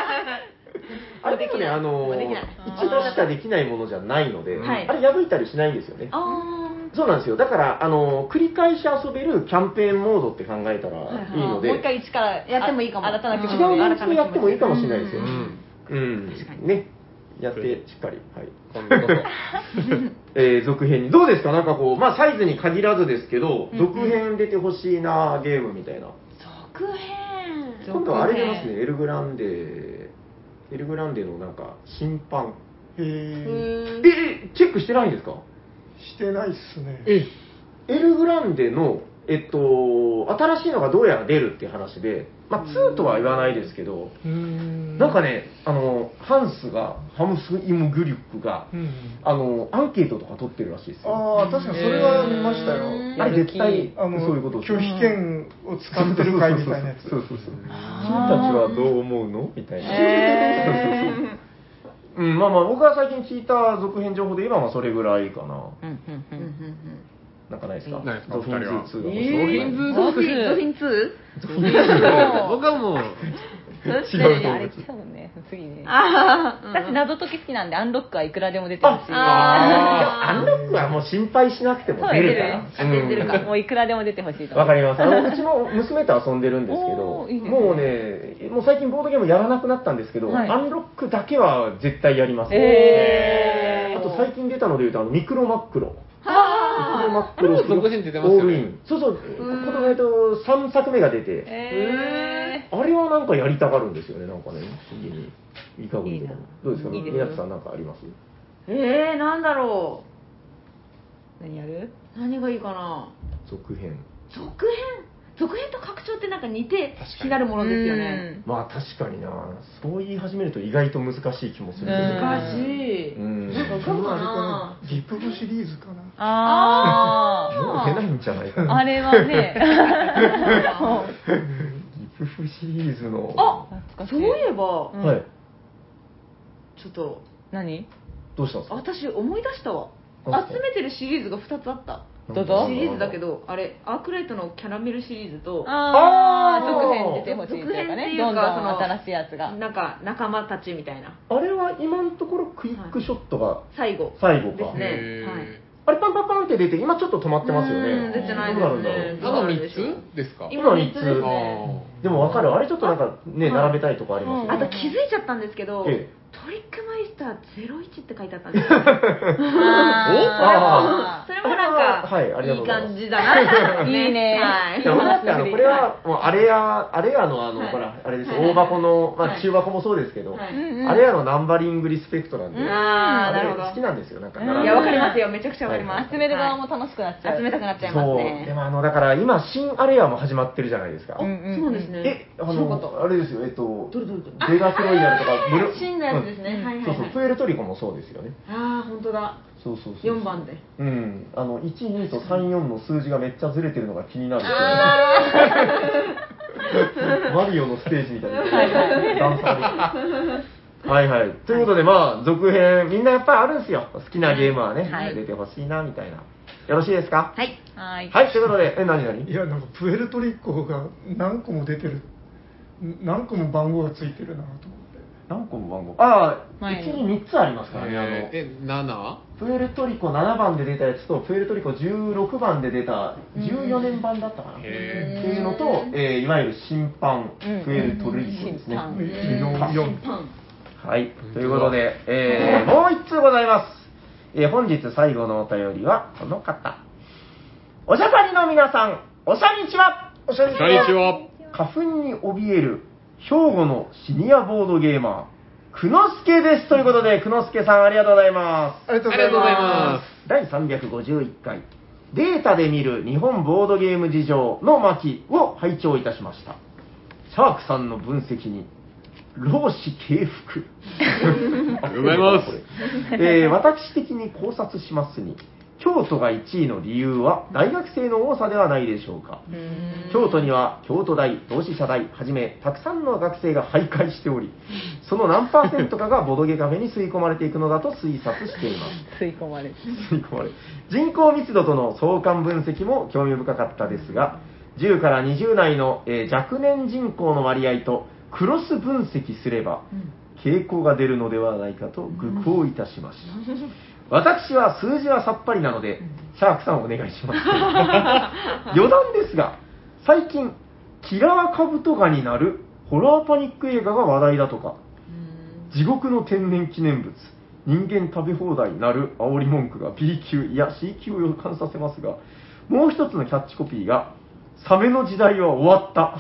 C: あれでもね、あの
E: もうで
C: ー、
E: きない
C: 一度しかできないものじゃないので、
E: はい
C: あれ破いたりしないんですよね。
E: あ
C: そうなんですよ。だから、あのー、繰り返し遊べるキャンペーンモードって考えたらいいので、
E: もう一回一から
D: やってもいいかも
E: 新たな気持ち
C: 違
E: で
C: う
E: 新た
C: 演出
E: な
C: で
E: 気持ち
C: やってもいいかもしれないです
A: う
C: よ。
A: ん。
C: うん。ね。やって、しっかり。はい。
A: 今度こそ。
C: えー続編に。どうですかなんかこう、まあサイズに限らずですけど、続編出てほしいなゲームみたいな。
E: 続編
C: 今度はあれ出ますね、エルグランデ、エルグランデのなんか、審判。
B: へー
C: え、えチェックしてないんですか
B: してないっすね
A: え、
C: エルグランデの、えっと、新しいのがどうやら出るって話で、まあ2とは言わないですけど、
B: うーん
C: なんかね、あの、ハンスが、ハムス・イム・グリュックが、
B: うん
C: あの、アンケートとか取ってるらしいですよ。
B: ああ確かにそれは見ましたよ、
A: えー
C: あれ絶対、
B: あの
C: そういうことですよ
B: 拒否権を使ってる会みたいなやつ
C: そうそうそうそう君たちはどう思うのみたいな、うん、まあまあ僕が最近聞いた続編情報で言えばまあそれぐらいかななんかないですか
A: ないですか
C: ゾフィンズ2が欲しい
A: ドフィンズ
E: ゾ
A: ド
E: フィンゾフィン 2?
A: フィン
C: ゾフィンズ
A: 僕はもう、
C: 違うと
F: あ
C: 思
F: れ
C: う
F: 来たのね次ね
E: あー
F: 私謎解き好きなんでアンロックはいくらでも出てるし
C: あ
E: あ
C: アンロックはもう心配しなくても出るから
E: そう出る
C: うん
F: もういくらでも出てほしいと思
C: わ
F: う
C: かり ますあのうちの娘と遊んでるんですけど
F: おーいいですね
C: もうねもう最近ボードゲームやらなくなったんですけど、
F: はい
C: アンロックだけは絶対やります、
F: えー
C: あと最近出たのでいうとあのミクロマックロミクロマッ
A: あ
C: ク
A: れも
C: ロ
A: 続編出てますよ
C: オールイ
A: ね。
C: ンそうそうこの間3作目が出て、
F: え
C: あれはなんかやりたがるんですよね、なんかね、不思議に。いかぐりとかも
F: いいな
C: どうですか、
F: いいです
C: 宮地さん、なんかあります
E: えー、なんだろ
F: ー何やる
E: う何がいいかな
C: 続編。
E: 続編続編と拡張ってなんか似て
A: 確かに
E: 非なるものですよね
C: まあ確かにな、そう言い始めると意外と難しい気もするけど
F: うん
E: 難しい
C: うん。
B: なんか
C: もう
B: 僕はあれかなギプグシリーズかな
F: あ
C: 出ないんじゃないか
F: あ
C: な。
F: あれは ね
C: ギプフシリーズの。
E: あ
F: 懐かし
E: そういえば
F: うん
C: はい。
E: ちょっと
F: 何
C: どうしたんですか
E: 私思い出したわ
C: なんす
E: 集
C: か
E: めてるシリーズが2つあった
F: どうぞ
E: シリーズだけ
C: ど。
E: どあれアークライトのキャラメルシリーズと
F: あ
C: あ
F: あ
C: ー
F: 続編出てほしいというかねどんどん
E: 続編っていうかその
F: 新しいやつが
E: なんか仲間たちみたいな
C: あれは今のところクイックショットが
E: 最後
C: 最後か
E: です。ね
A: へ
C: あれパンパンパンって出て、今ちょっと止まってますよ
E: うん
C: ね。
E: 出てない
C: ど
E: で
C: う
E: すね
C: なるんだろう
A: ー。あと3つですか
C: 今
E: 三
C: 三つです
E: ね
A: あー
C: でもわかる、あれちょっとなんかね、
E: あ
C: 並べたいとこありますよ
E: あ
C: ね
E: と気づいちゃったんですけど、
C: ええ
E: トリックマイスター01って書いてあったん ですよ。それも
C: あ
F: あ
E: なんか、
C: はいありがとう
E: い
C: ご
E: い
C: ざいます
E: 感じだなって、
F: いいね
E: はいい。
C: や僕だってあのこれはもうあれやあれやのあの、
E: はい
C: ほらあれですよ、
E: はい
C: 大箱の、ま
E: は
C: あ、
E: い
C: 中箱もそうですけど、
E: はい
F: うん
C: あれやのナンバリングリスペクトなんで、
E: あーなるほ
C: れ好き
E: ど。
C: なんですよなんか
E: いや、わかり
C: ま
E: ますよ。めちゃくちゃわかります。
F: 集める側も楽しくなっちゃう
E: 集めたくなっちゃいます
C: そうで
E: ね。
C: もあのだから今新アレアも始まってるじゃないですか、
F: うんうん
E: そうですね。
C: えあ
E: 知らなかった
C: のあれですよえっと
E: どれどれどれ
C: ベガスロイヤルとかブル
E: 新のやつですね。はいはい
C: う
E: は
C: んそうそうプ
E: い。
C: エルトリコもそうですよね
E: ああ、本当だ。
C: そうそうそう
E: 4番で。
C: うんあの12と34の数字がめっちゃずれてるのが気になるんですよね マリオのステージみたいな。段差にはいはい。ということで、まあ、続編、みんなやっぱりあるんですよ。好きなゲームはね、
F: はい
C: 出てほしいな、みたいな。よろしいですか
E: はい。
F: はい
C: はい、ということで、え、何
B: い
C: 何
B: やなんかプエルトリコが何個も出てるん何個も番号がついてるなと思って
C: 何個も番号ああ、
F: はいう
C: ちに3つありますからね、あの
A: え、ーえ、7?
C: プエルトリコ7番で出たやつと、プエルトリコ16番で出た、14年版だったかな。っ
A: へ
C: ていうのと、えーいわゆる審判、プエルトリコですね。
F: うん
B: 4
C: はい、ということで、えーもう一通ございます、えー本日最後のお便りはこの方おしゃさりの皆さんおしゃにちはおしゃ
A: こんにちは。
C: 花粉に怯える兵庫のシニアボードゲーマーくのすけですということでくのすけさんありがとうございます
B: ありが
A: ありがとうございま
C: 第351回データで見る日本ボードゲーム事情の巻を拝聴いたしました。シャークさんの分析に、老子敬服。
A: ありがとうございます
C: これ えー私的に考察しますに、京都が1位の理由は大学生の多さではないでしょうか。京都には京都大、同志社大はじめたくさんの学生が徘徊しており、その何パーセントかがボドゲカフェに吸い込まれていくのだと推察しています。
F: 吸い込まれて
C: 吸い込まれ人口密度との相関分析も興味深かったですが10から20代の、えー若年人口の割合とクロス分析すれば傾向が出るのではないかと愚行いたしました、私は数字はさっぱりなのでシャークさんお願いします 余談ですが最近キラーカブトガになるホラーパニック映画が話題だとか地獄の天然記念物人間食べ放題なる煽り文句が B 級いや C 級を予感させますがもう一つのキャッチコピーが「サメの時代は終わった」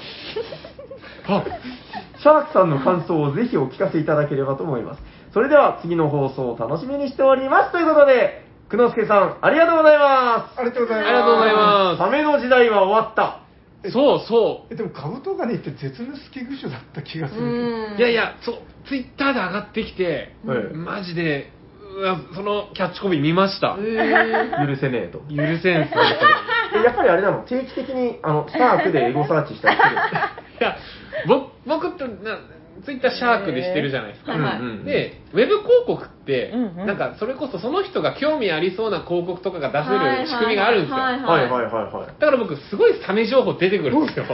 C: シャークさんの感想をぜひお聞かせいただければと思いますそれでは次の放送を楽しみにしておりますということで久之助さんありがとうございます
B: ありがとうございます。
A: ありがとうございます
C: サメの時代は終わった
A: そうそ
B: えでもカブトガニって絶滅危惧種だった気がす
E: う
B: る
E: ん
A: う。いやいや、そう、ツイッターで上がってきて、
C: うん
A: マジで、うわそのキャッチコピー見ました。
C: 許せねえと
A: 許せんす、本当に
C: やっぱりあれなの定期的にあのシャークでエゴサーチしたりする
A: いや、ぼ僕とな、ツイッターシャークでしてるじゃないですか。
E: はいはい
C: うんうんうん
A: で、ウェブ広告って、
F: うんうん
A: なんかそれこそその人が興味ありそうな広告とかが出せる仕組みがあるんですよ。
E: はい
A: だ
E: は
C: はいい
E: は。
C: はいいはいはい
A: から僕、すごいサメ情報出てくるんですよ。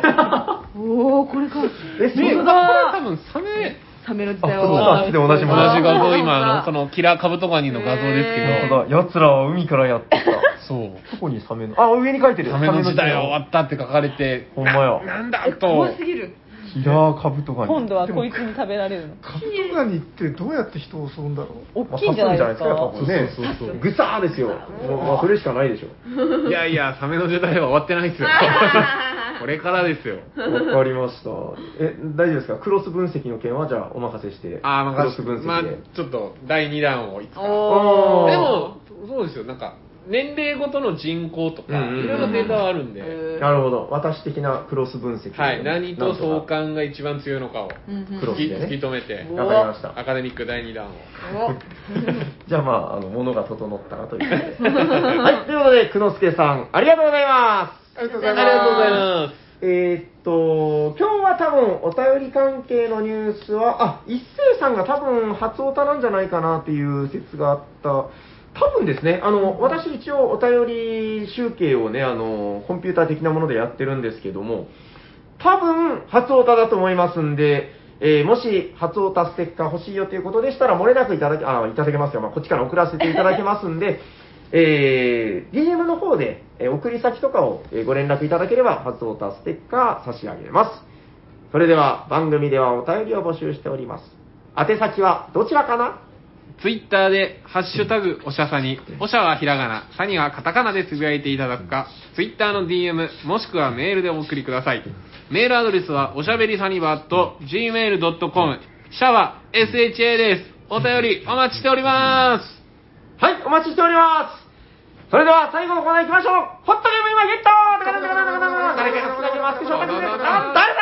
E: おお、これか。
C: え、
A: で、これ
C: そうだ。
A: 多分サメ、
E: サメの時代
C: あそうだ
E: は
C: あっちで同じ
A: 同
C: も
E: の
A: じ画像、今あ
E: あ
A: の、そのキラーカブトガニの画像ですけど、
C: 本当だ。奴らは海からやってきた。
A: そう。
C: ど こにサメの。あ、上に書いてる。
A: サメの時代は
C: サメの
A: 終わったって書かれて、
C: ほんまや。
A: なんだと
E: 怖す、ぎる。
C: キラーカブトガニ。
F: 今度はこいつに食べられるの
B: カブトガニってどうやって人を襲うんだろう
F: 大
C: まあ
F: きいんじゃないですか
C: 刺すんじゃないですかやっぱね。ぐさーですよ。もうまあそれしかないでしょ。
A: いやいや、サメの時代は終わってないですよ。 これからですよ。
C: わかりました。え、大丈夫ですかクロス分析の件はじゃあお任せして。
A: あー、ま
C: ク
A: あ
C: ロス分
A: まあ
C: 析で。、
A: ちょっと第2弾をいつか。
C: おー
A: でも、そうですよ、なんか、年齢ごとの人口とか、
C: うんうんうん
A: いろいろデータはあるんで、
C: なるほど。私的なクロス分析。
A: はい、何と相
C: か。
A: 関が一番強いのかを
C: クロ
A: 突
C: ス
A: き,、
C: でね。
A: 止めて、
C: わかりました。
A: アカデミック第2弾を。
C: じゃあまあ、あの、物が整ったらとい うことで。はい、ということで、くのすけさん、ありがとうございます。
B: ありがとうご
A: あ
B: ざい
A: り
B: ま
A: がとうございます。
C: えーっと、今日は多分お便り関係のニュースは、あ、一斉さんが多分初オタなんじゃないかなっていう説があった。多分ですね、あの、私一応お便り集計をね、あの、コンピューター的なものでやってるんですけども、多分初オタだと思いますんで、えーもし初オタステッカー欲しいよということでしたら、漏れなくいただけ、あ、いただけますよ。まあ、こっちから送らせていただけますんで、 えー、DM の方で、えー送り先とかをえーご連絡いただければ、初オタステッカー差し上げます。それでは、番組ではお便りを募集しております。宛先はどちらかな
A: ツイッターで、ハッシュタグ、おしゃさに、おしゃはひらがな、さにはカタカナでつぶやいていただくか、ツイッターの DM、もしくはメールでお送りください。メールアドレスは、おしゃべりさにば .gmail.com、シャワー、sha です。お便り、お待ちしております。
C: はい、お待ちしております。それでは、最後のコーナー行きましょうホットゲーム今ゲット誰かがつなぎますでしょうかあ誰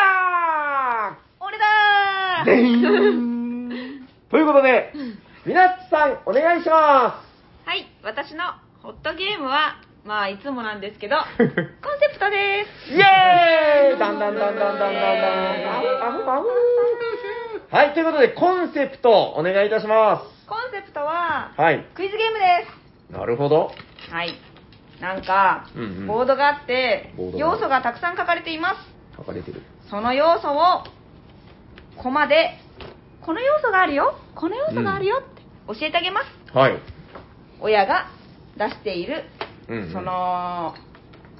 C: だ
E: 俺だ
C: でんということで、みなっちさん、お願いしま
E: はい、私のホットゲームは、まあいつもなんです けど、コンセプトです。
C: すイエーイだんだんだんだんだんだんだんあふあふあふはい、ということで、コンセプト、お願いいたしま
E: コンセプトは、
C: す。はい。
E: クイズゲームで
C: なるほど。
E: す。はい。なんか、
C: うんうん
E: ボードがあって
C: ボー、ドが
E: 要素がたくさん書かれています。
C: 書かれてる。
E: その要素をコマでこの要素があるよこの要素があるよって教えてあげます、
C: はい。
E: 親が出している、
C: うんうん
E: その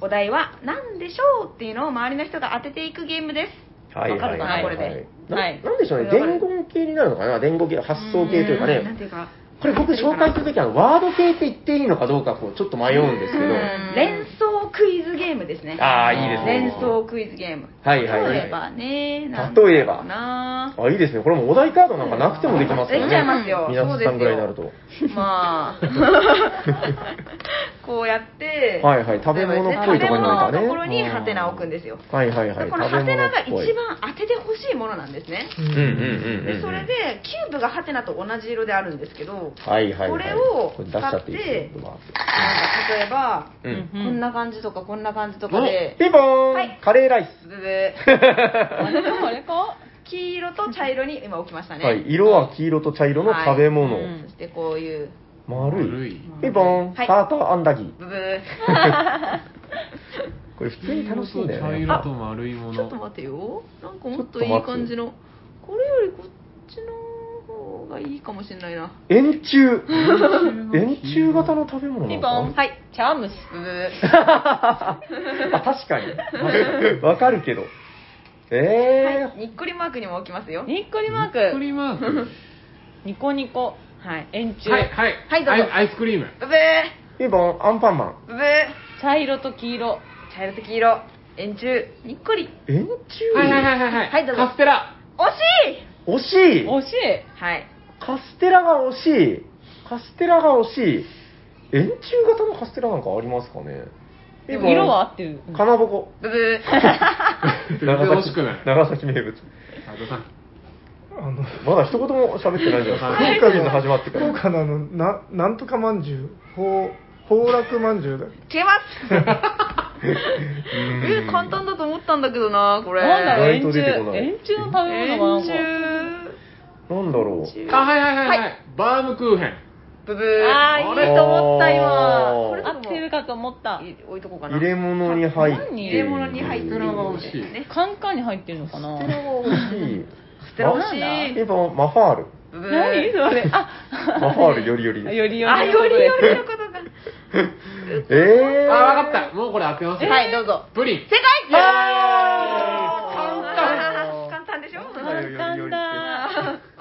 E: お題は何でしょうっていうのを周りの人が当てていくゲームです
C: はいはいはい、
E: わか
C: はい。
E: るかなこれで
C: な
E: はい
C: なんでしょうね、
E: これわか
C: 伝
E: る
C: 言系になるのかな伝言系、発想系というか
E: んなん
C: ね。
E: ていうか
C: これ僕紹介するときは、ワード系って言っていいのかどうか、こう、ちょっと迷うんですけど。
E: 連想
D: 想クイズゲームですね。
C: ああ、いいですね。
D: 連想クイズゲーム。
C: はいはいはい
D: 例えばね、なん
C: 例えば
D: な
C: あ、いいですね。これもお題カードなんかなくてもできますよね。
D: できちゃいますよ
C: 皆さんぐらいになると。
D: まあ、こうやって、
C: はいはい食べ物っぽいところに置いたね
D: 食べ物のところにハテナを置くんですよ。
C: はいはいはい。
D: このハテナが一
C: 食べ物っぽい
D: 番当ててほしいものなんですね。
C: うんうんうんうんう
D: で
C: ん。
D: それで、キューブがハテナと同じ色であるんですけど、
C: はいはいはい。
D: これを
C: これ出しちゃっていいですよ
D: なんか例えば、
C: うんうん。
D: こんな感じとかこんな感じとかで、
C: ピンポーン、
D: はい
C: カレーライス。
D: ブブー
F: あれかあれか
D: 黄色と茶色に今置きましたね。
C: はい、色は黄色と茶色の食べ物。
F: はいうん
D: そしてこういう、
C: 丸い。
A: 丸い
C: ピンポーン、
D: はい
C: ターターアンダギー。
D: ブブー。
C: これ普通に楽しいんだよ
A: 黄
C: ね。
A: 色と茶色と丸いも
D: ちょっと
A: の
D: 待てよ。なんかもっといい感じの。これよりこっちの方がいいかもしれないな。
C: 円柱。円柱型の食べ物な
F: リ
C: の
F: ボ
C: か
F: ンはい茶虫
D: ブブ
C: あ確かに。わかるけど。え
D: ー。にっこりマークにも置きますよ。
F: にっこりマー
A: ク
F: ク
A: リマーク
F: ニコニコ
D: はい。
F: 円柱、
A: はいはい
D: はいどうぞ
A: アイアイスクリーム
D: ブブー
C: ー、ピンポン、アンパンマン。
D: ブブー
F: 茶色と黄色
D: 茶色と黄色。円柱。にっこり。
C: 円柱、
A: はいはいはいはい
D: はいどうぞ
A: カステラ
D: 惜し
C: 惜し
D: い
C: い
F: 惜しい
D: はい。
C: カステラが惜しいカステラが惜しい円柱型のカステラなんかありますかね
F: でも色は合ってる、うん
C: かまぼこ
D: ブブー。
A: 全然惜しくない
C: 長崎名物
A: 斉藤さん
B: あの
C: まだ一言も喋ってないじゃないですか
B: 福
C: 福岡の始まってか
B: 福
C: ら
B: 岡のあのななんとかまんじゅうほう崩落まんじゅうだっけ
D: 違 います。え、簡単だと思ったんだけどな、これ。
F: なんだろう円
C: 意外と出てこ
F: 柱
C: ない
F: 円柱の食べ
D: 円
F: 物がなんか
C: な
D: 柱。
C: んだろう
A: あはいはいはいはい、バームクーヘン
D: ブブー。
F: あー
D: これと思った
C: あー
D: 今。これと
F: 合
D: も
F: ってるかと思った
D: い置いとこうかな。
C: 入れ物に入って
F: 何
D: 入れ物に入ってる
A: 桜が
D: の
A: 美味しい
D: ね。
F: カンカンに入ってるのかな
C: カステラが惜しい
D: ステラ欲しい
C: あピンポンマファール
D: ブブー
F: 何そ れあ
C: マファールよりよりです
F: よりより
D: あ、よりよりのことか。
C: えー、
A: あわかったもうこれ当てますよ
D: はい、どうぞ。
A: プリン
D: 正解
C: あー
D: 簡単簡単でしょ
C: よりよりより
F: 簡
D: ま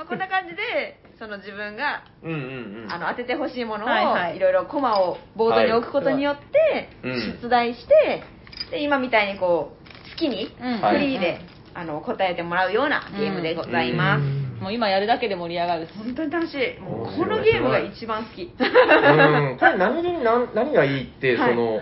D: あこんな感じで、その自分が
C: うんうんうん
D: あの当ててほしいものを、
F: はいいはい
D: ろいろコマをボードに置くことによって、
C: はいうん
D: 出題して、で今みたいにこう好きにフ
F: うん
C: はい
D: リーで、あの答えてもらうようなゲームでございます、
B: うん
F: もう今やるだけで盛り上がる
D: 本当に楽しいもう
C: 面白
D: こ
C: い
D: のゲームが一番好き
C: うんこれ何気に何何がいいって、
D: はい
C: その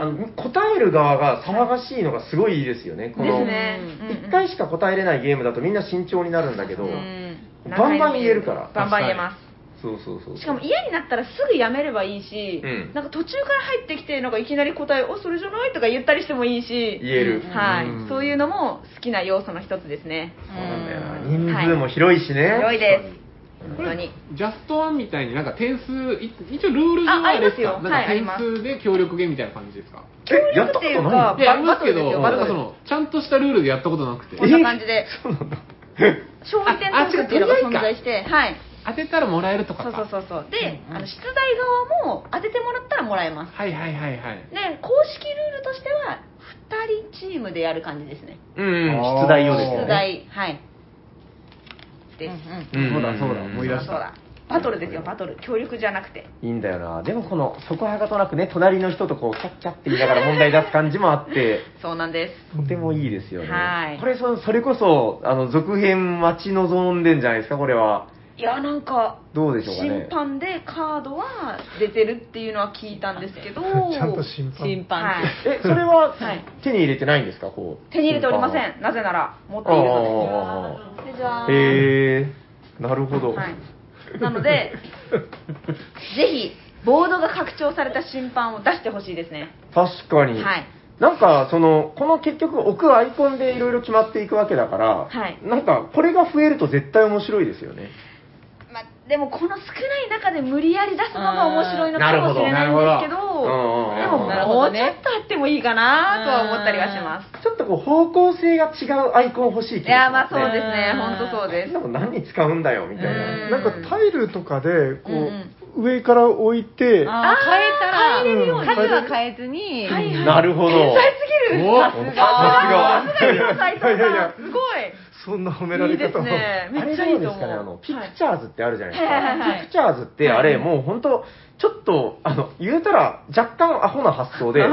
C: あの答える側が騒がしいのがすごいいいですよね、こ
D: です
C: の
D: ね
C: 1回しか答えれないゲームだとみんな慎重になるんだけど、
D: うん
C: バンバン言えるから
D: バンバン言えま
C: そうそうそう
D: すしかも嫌になったらすぐやめればいいし、
C: うん
D: なんか途中から入ってきてなんかいきなり答え「おそれじゃない?」とか言ったりしてもいいし
C: 言える、
D: はい、
A: うん
D: そういうのも好きな要素の一つですね
C: そうなんだよな人数も広いしね、
D: 広いです
C: うん
D: 本当に
A: ジャストワンみたいになんか点数い一応ルール上
D: あ
A: はあれで
D: あります
A: す
D: よ
A: か
D: はいあり
A: なん
D: ま
A: か
D: す
A: 点数で協力ゲームみたいな感じですか
C: えやったことない
A: いやあり
D: バ
A: ます
D: ト
A: け
D: ルです
A: ど
D: よ
A: な
D: バ
A: ん
D: ト
A: か
D: ル
A: そのちゃんとしたルールでやったことなくて
D: こんな感じで
C: そうなんだ
D: 勝利点トークっていうのが存在してはい
A: 当てたらもらえるとか
D: そう
A: か
D: そうそうそうで、
F: うん
D: あの出題側も当ててもらったらもらえます
A: はいはいはいはい
D: で公式ルールとしては2人チームでやる感じですね
C: うんうん出題用ですよね
D: 出題はいです、
C: うんんん
A: そうだそうだ思い出
D: そ
A: し
D: うだそう
A: た
D: だバトルですよバトル協力じゃなくて
C: いいんだよなでもこのそこはがとなくね隣の人とこうキャッキャって言いながら問題出す感じもあって
D: そうなんです
C: とてもいいですよね。
D: はい
C: これそ、それこそ、あの、続編待ち望んでんじゃないですか、これは。
D: いやなんか
C: どうでしょうか
D: 審
C: ね。
D: 判でカードは出てるっていうのは聞いたんですけど
B: ちゃんと審判
F: 審
D: は
F: 判
D: い
C: え、それは
D: はい
C: 手に入れてないんですか、こう。
D: 手に入れておりませ
C: 審
D: んなぜなら持ってい
C: 判
D: るの
C: は。
D: ですじゃ
C: あ
D: あ
C: ーへえ、なるほど。
D: はい、なのでぜひボードが拡張された審判を出してほしいですね
C: 確かに。
D: はい
C: なんか、その、この結局置くアイコンでいろいろ決まっていくわけだから、
D: はい
C: なんか、これが増えると絶対面白いですよね。
D: まあ、でもこの少ない中で無理やり出すのが面白いのかもしれないんですけど
C: うんうん
D: で
C: うん
D: も
F: なるほ
D: も
F: ど
D: うちょ
F: ね
D: っとあってもいいかなとは思ったりはします
C: ちょっとこう、方向性が違うアイコン欲しい気がします、
D: いやまあそうです
F: う
D: ね
F: ん
D: 本当そうです
C: でも何に使うんだよみたいな。
D: うん
B: なんかタイルとかでこう、
D: うん
B: 上から置いて、
F: ああ、変え
B: うん
F: たら、数は変えずに、
C: なる ほど。天才すぎる。さすが。さすが。
B: いやいやいや、すごい。そんな褒められ方を。
C: あれどうですかね、あの、ピクチャーズってあるじゃないですか。
F: はいはいはい
C: ピクチャーズって、あれ、もう本当ちょっと、あの、言うたら、若干アホな発想で、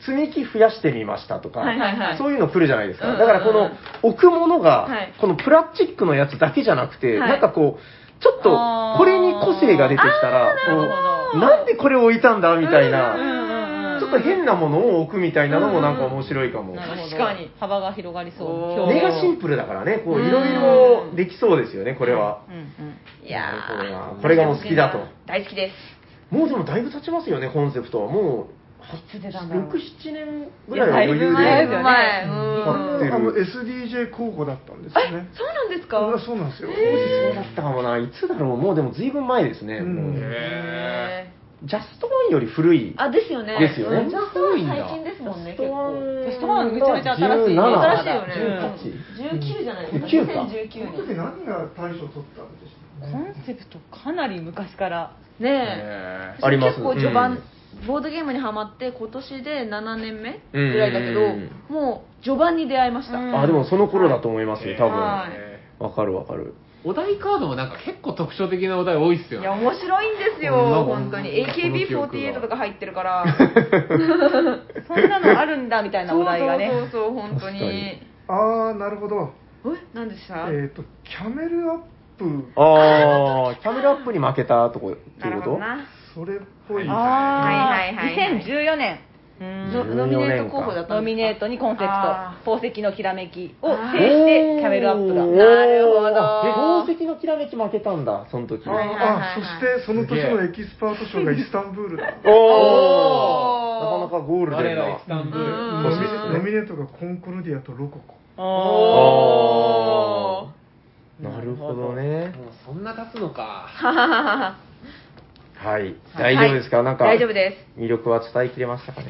C: 積み木増やしてみましたとか、
F: はいはいはい
C: そういうの来るじゃないですか。
F: うんうんう
C: だ
F: ん
C: から、この、置くものが、
F: はい
C: このプラスチックのやつだけじゃなくて、
F: はい
C: なんかこう、ちょっと
F: あー、
C: これに個性が出てきたら、こうなんでこれ置いたんだみたい
F: うん
C: な、
F: うんうん
C: ちょっと変なものを置くみたいなのもなんか面白いかも。
F: なるほど
G: 確かに
F: 幅が広がりそう
G: おー
C: 根
F: 表現
C: がシンプルだからね、こう、
F: うん
C: いろいろできそうですよね、これは。
F: うんうん
G: いや
C: なるほど
G: ー
C: なこれがもう好きだと。
G: 大好きです
C: もうでもだいぶ経ちますよね、コンセプトは。もう、
F: いつ出たんだろう
C: 6、7年ぐらいは余裕で。
F: だいぶ前で
G: 前
F: すよね
G: う
B: あ
G: ん
B: れあの SDJ 候補だったんですね。
G: そうなんですか
B: あそうなんですよ。
C: そうだったかもな、いつだろう、もうでも随分前ですね。
B: うん
C: もう
B: へ
A: へ
C: ジャストワンより古い。
G: あですよね
C: ですよね
G: うんジャストワン最近ですもんね結構
C: ジ
F: ャストワンめちゃめちゃ新しいね
G: 新しいよね
C: 18
G: 19じゃないですか
C: 19か
B: この
G: 2019
B: 時
G: 年
B: 何が大賞取ったんでした
F: コ
B: っけ
F: ンセプトかなり昔から
G: ねえ
A: え
C: あります
G: 結構序盤、ボードゲームにはまって今年で7年目ぐらいだけど、
C: うんうんうん
G: もう序盤に出会いました、
F: うん
C: あ、でもその頃だと思いますよ、多分。
G: は
C: わかるわかる。
A: お題カードもなんか結構特徴的なお題多いっすよ
G: い
A: ね
G: や面白いんですよ
A: こんなもん
G: 本当に
A: この記憶
G: AKB48
A: が
G: とか入ってるから
F: そんなのあるんだみたいな
G: そう
F: お題がね
G: そうそうそう本当に
C: 確かに
G: え
B: あー、なるほど。
G: 何でした、
B: えっと、キャメルアップ、
C: あー、キャメルアップに負けたとこって
G: な
C: いう
G: る
C: こ
G: ほ
C: と
G: どな
B: それっぽい。
F: あ
G: はい
F: ー
G: はいはいはい
F: 2014年
G: のノ
C: 14
G: ミネート候補だった
F: ノ
G: んですか
F: ミネートにコンセプト
G: あ
F: 宝石のきらめきを
G: あー
F: 制してキャメルアップが
C: おー
G: なるほど
C: あ宝石のきらめき負けたんだ、その時。
G: はい
B: あー、そしてその年のエキスパート賞がイスタンブール だ。
C: おーなかなかゴールデ
A: 我
C: ン
A: らイ
C: な
A: ス。タンブ
G: うん
A: ー
G: うん
A: ル
G: うん
C: 欲しいですね
B: ノミネートがコンコルディアとロココ。
C: おーなるほどね。
A: もうそんな経つのか
C: はい。大丈夫ですかなんか、
G: 大丈夫です
C: 魅力は伝えきれましたかね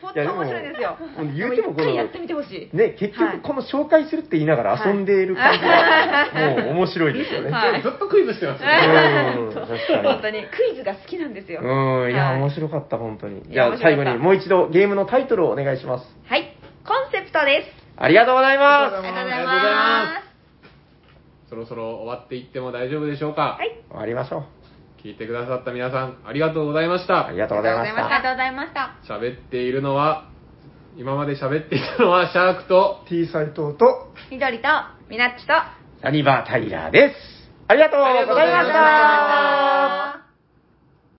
G: 本当
C: 伝え
G: に
C: きれ
G: 面白いですよ
C: 言うても
G: 一
C: こ
G: 回や
C: の
G: って、みてほしい
C: ね、結
G: はい
C: 局この紹介するって言いながら遊んでいる感じが、もう面白いですよね。
G: はい
A: ずっとクイズしてますね
C: うん、確
G: 本
C: か
G: 当にクイズが好きなんです
C: に。
G: よ
C: うん、いや、
G: はい
C: 面白かった、本当に。
G: い
C: じ
G: や
C: ゃあ
G: 面白かった
C: 最後にもう一度ゲームのタイトルをお願いします。
G: はいコンセプトです
C: ありがとうございます。
G: ありがとうござ
A: ざい
G: い
A: ま
G: ます
A: そろそろ終わっていっても大丈夫でしょうか、
G: はい
C: 終わりましょう。
A: 聞いてくださった皆さんありがとうございまし
C: あ
A: た
C: りがとうございまし
G: あり
C: た。
G: とうございました
A: 喋っているのは今まで喋っていたのはシャークと
B: T 斎藤と、
G: 緑とみなっちと
C: サニバータイラーです。ありがとうございました。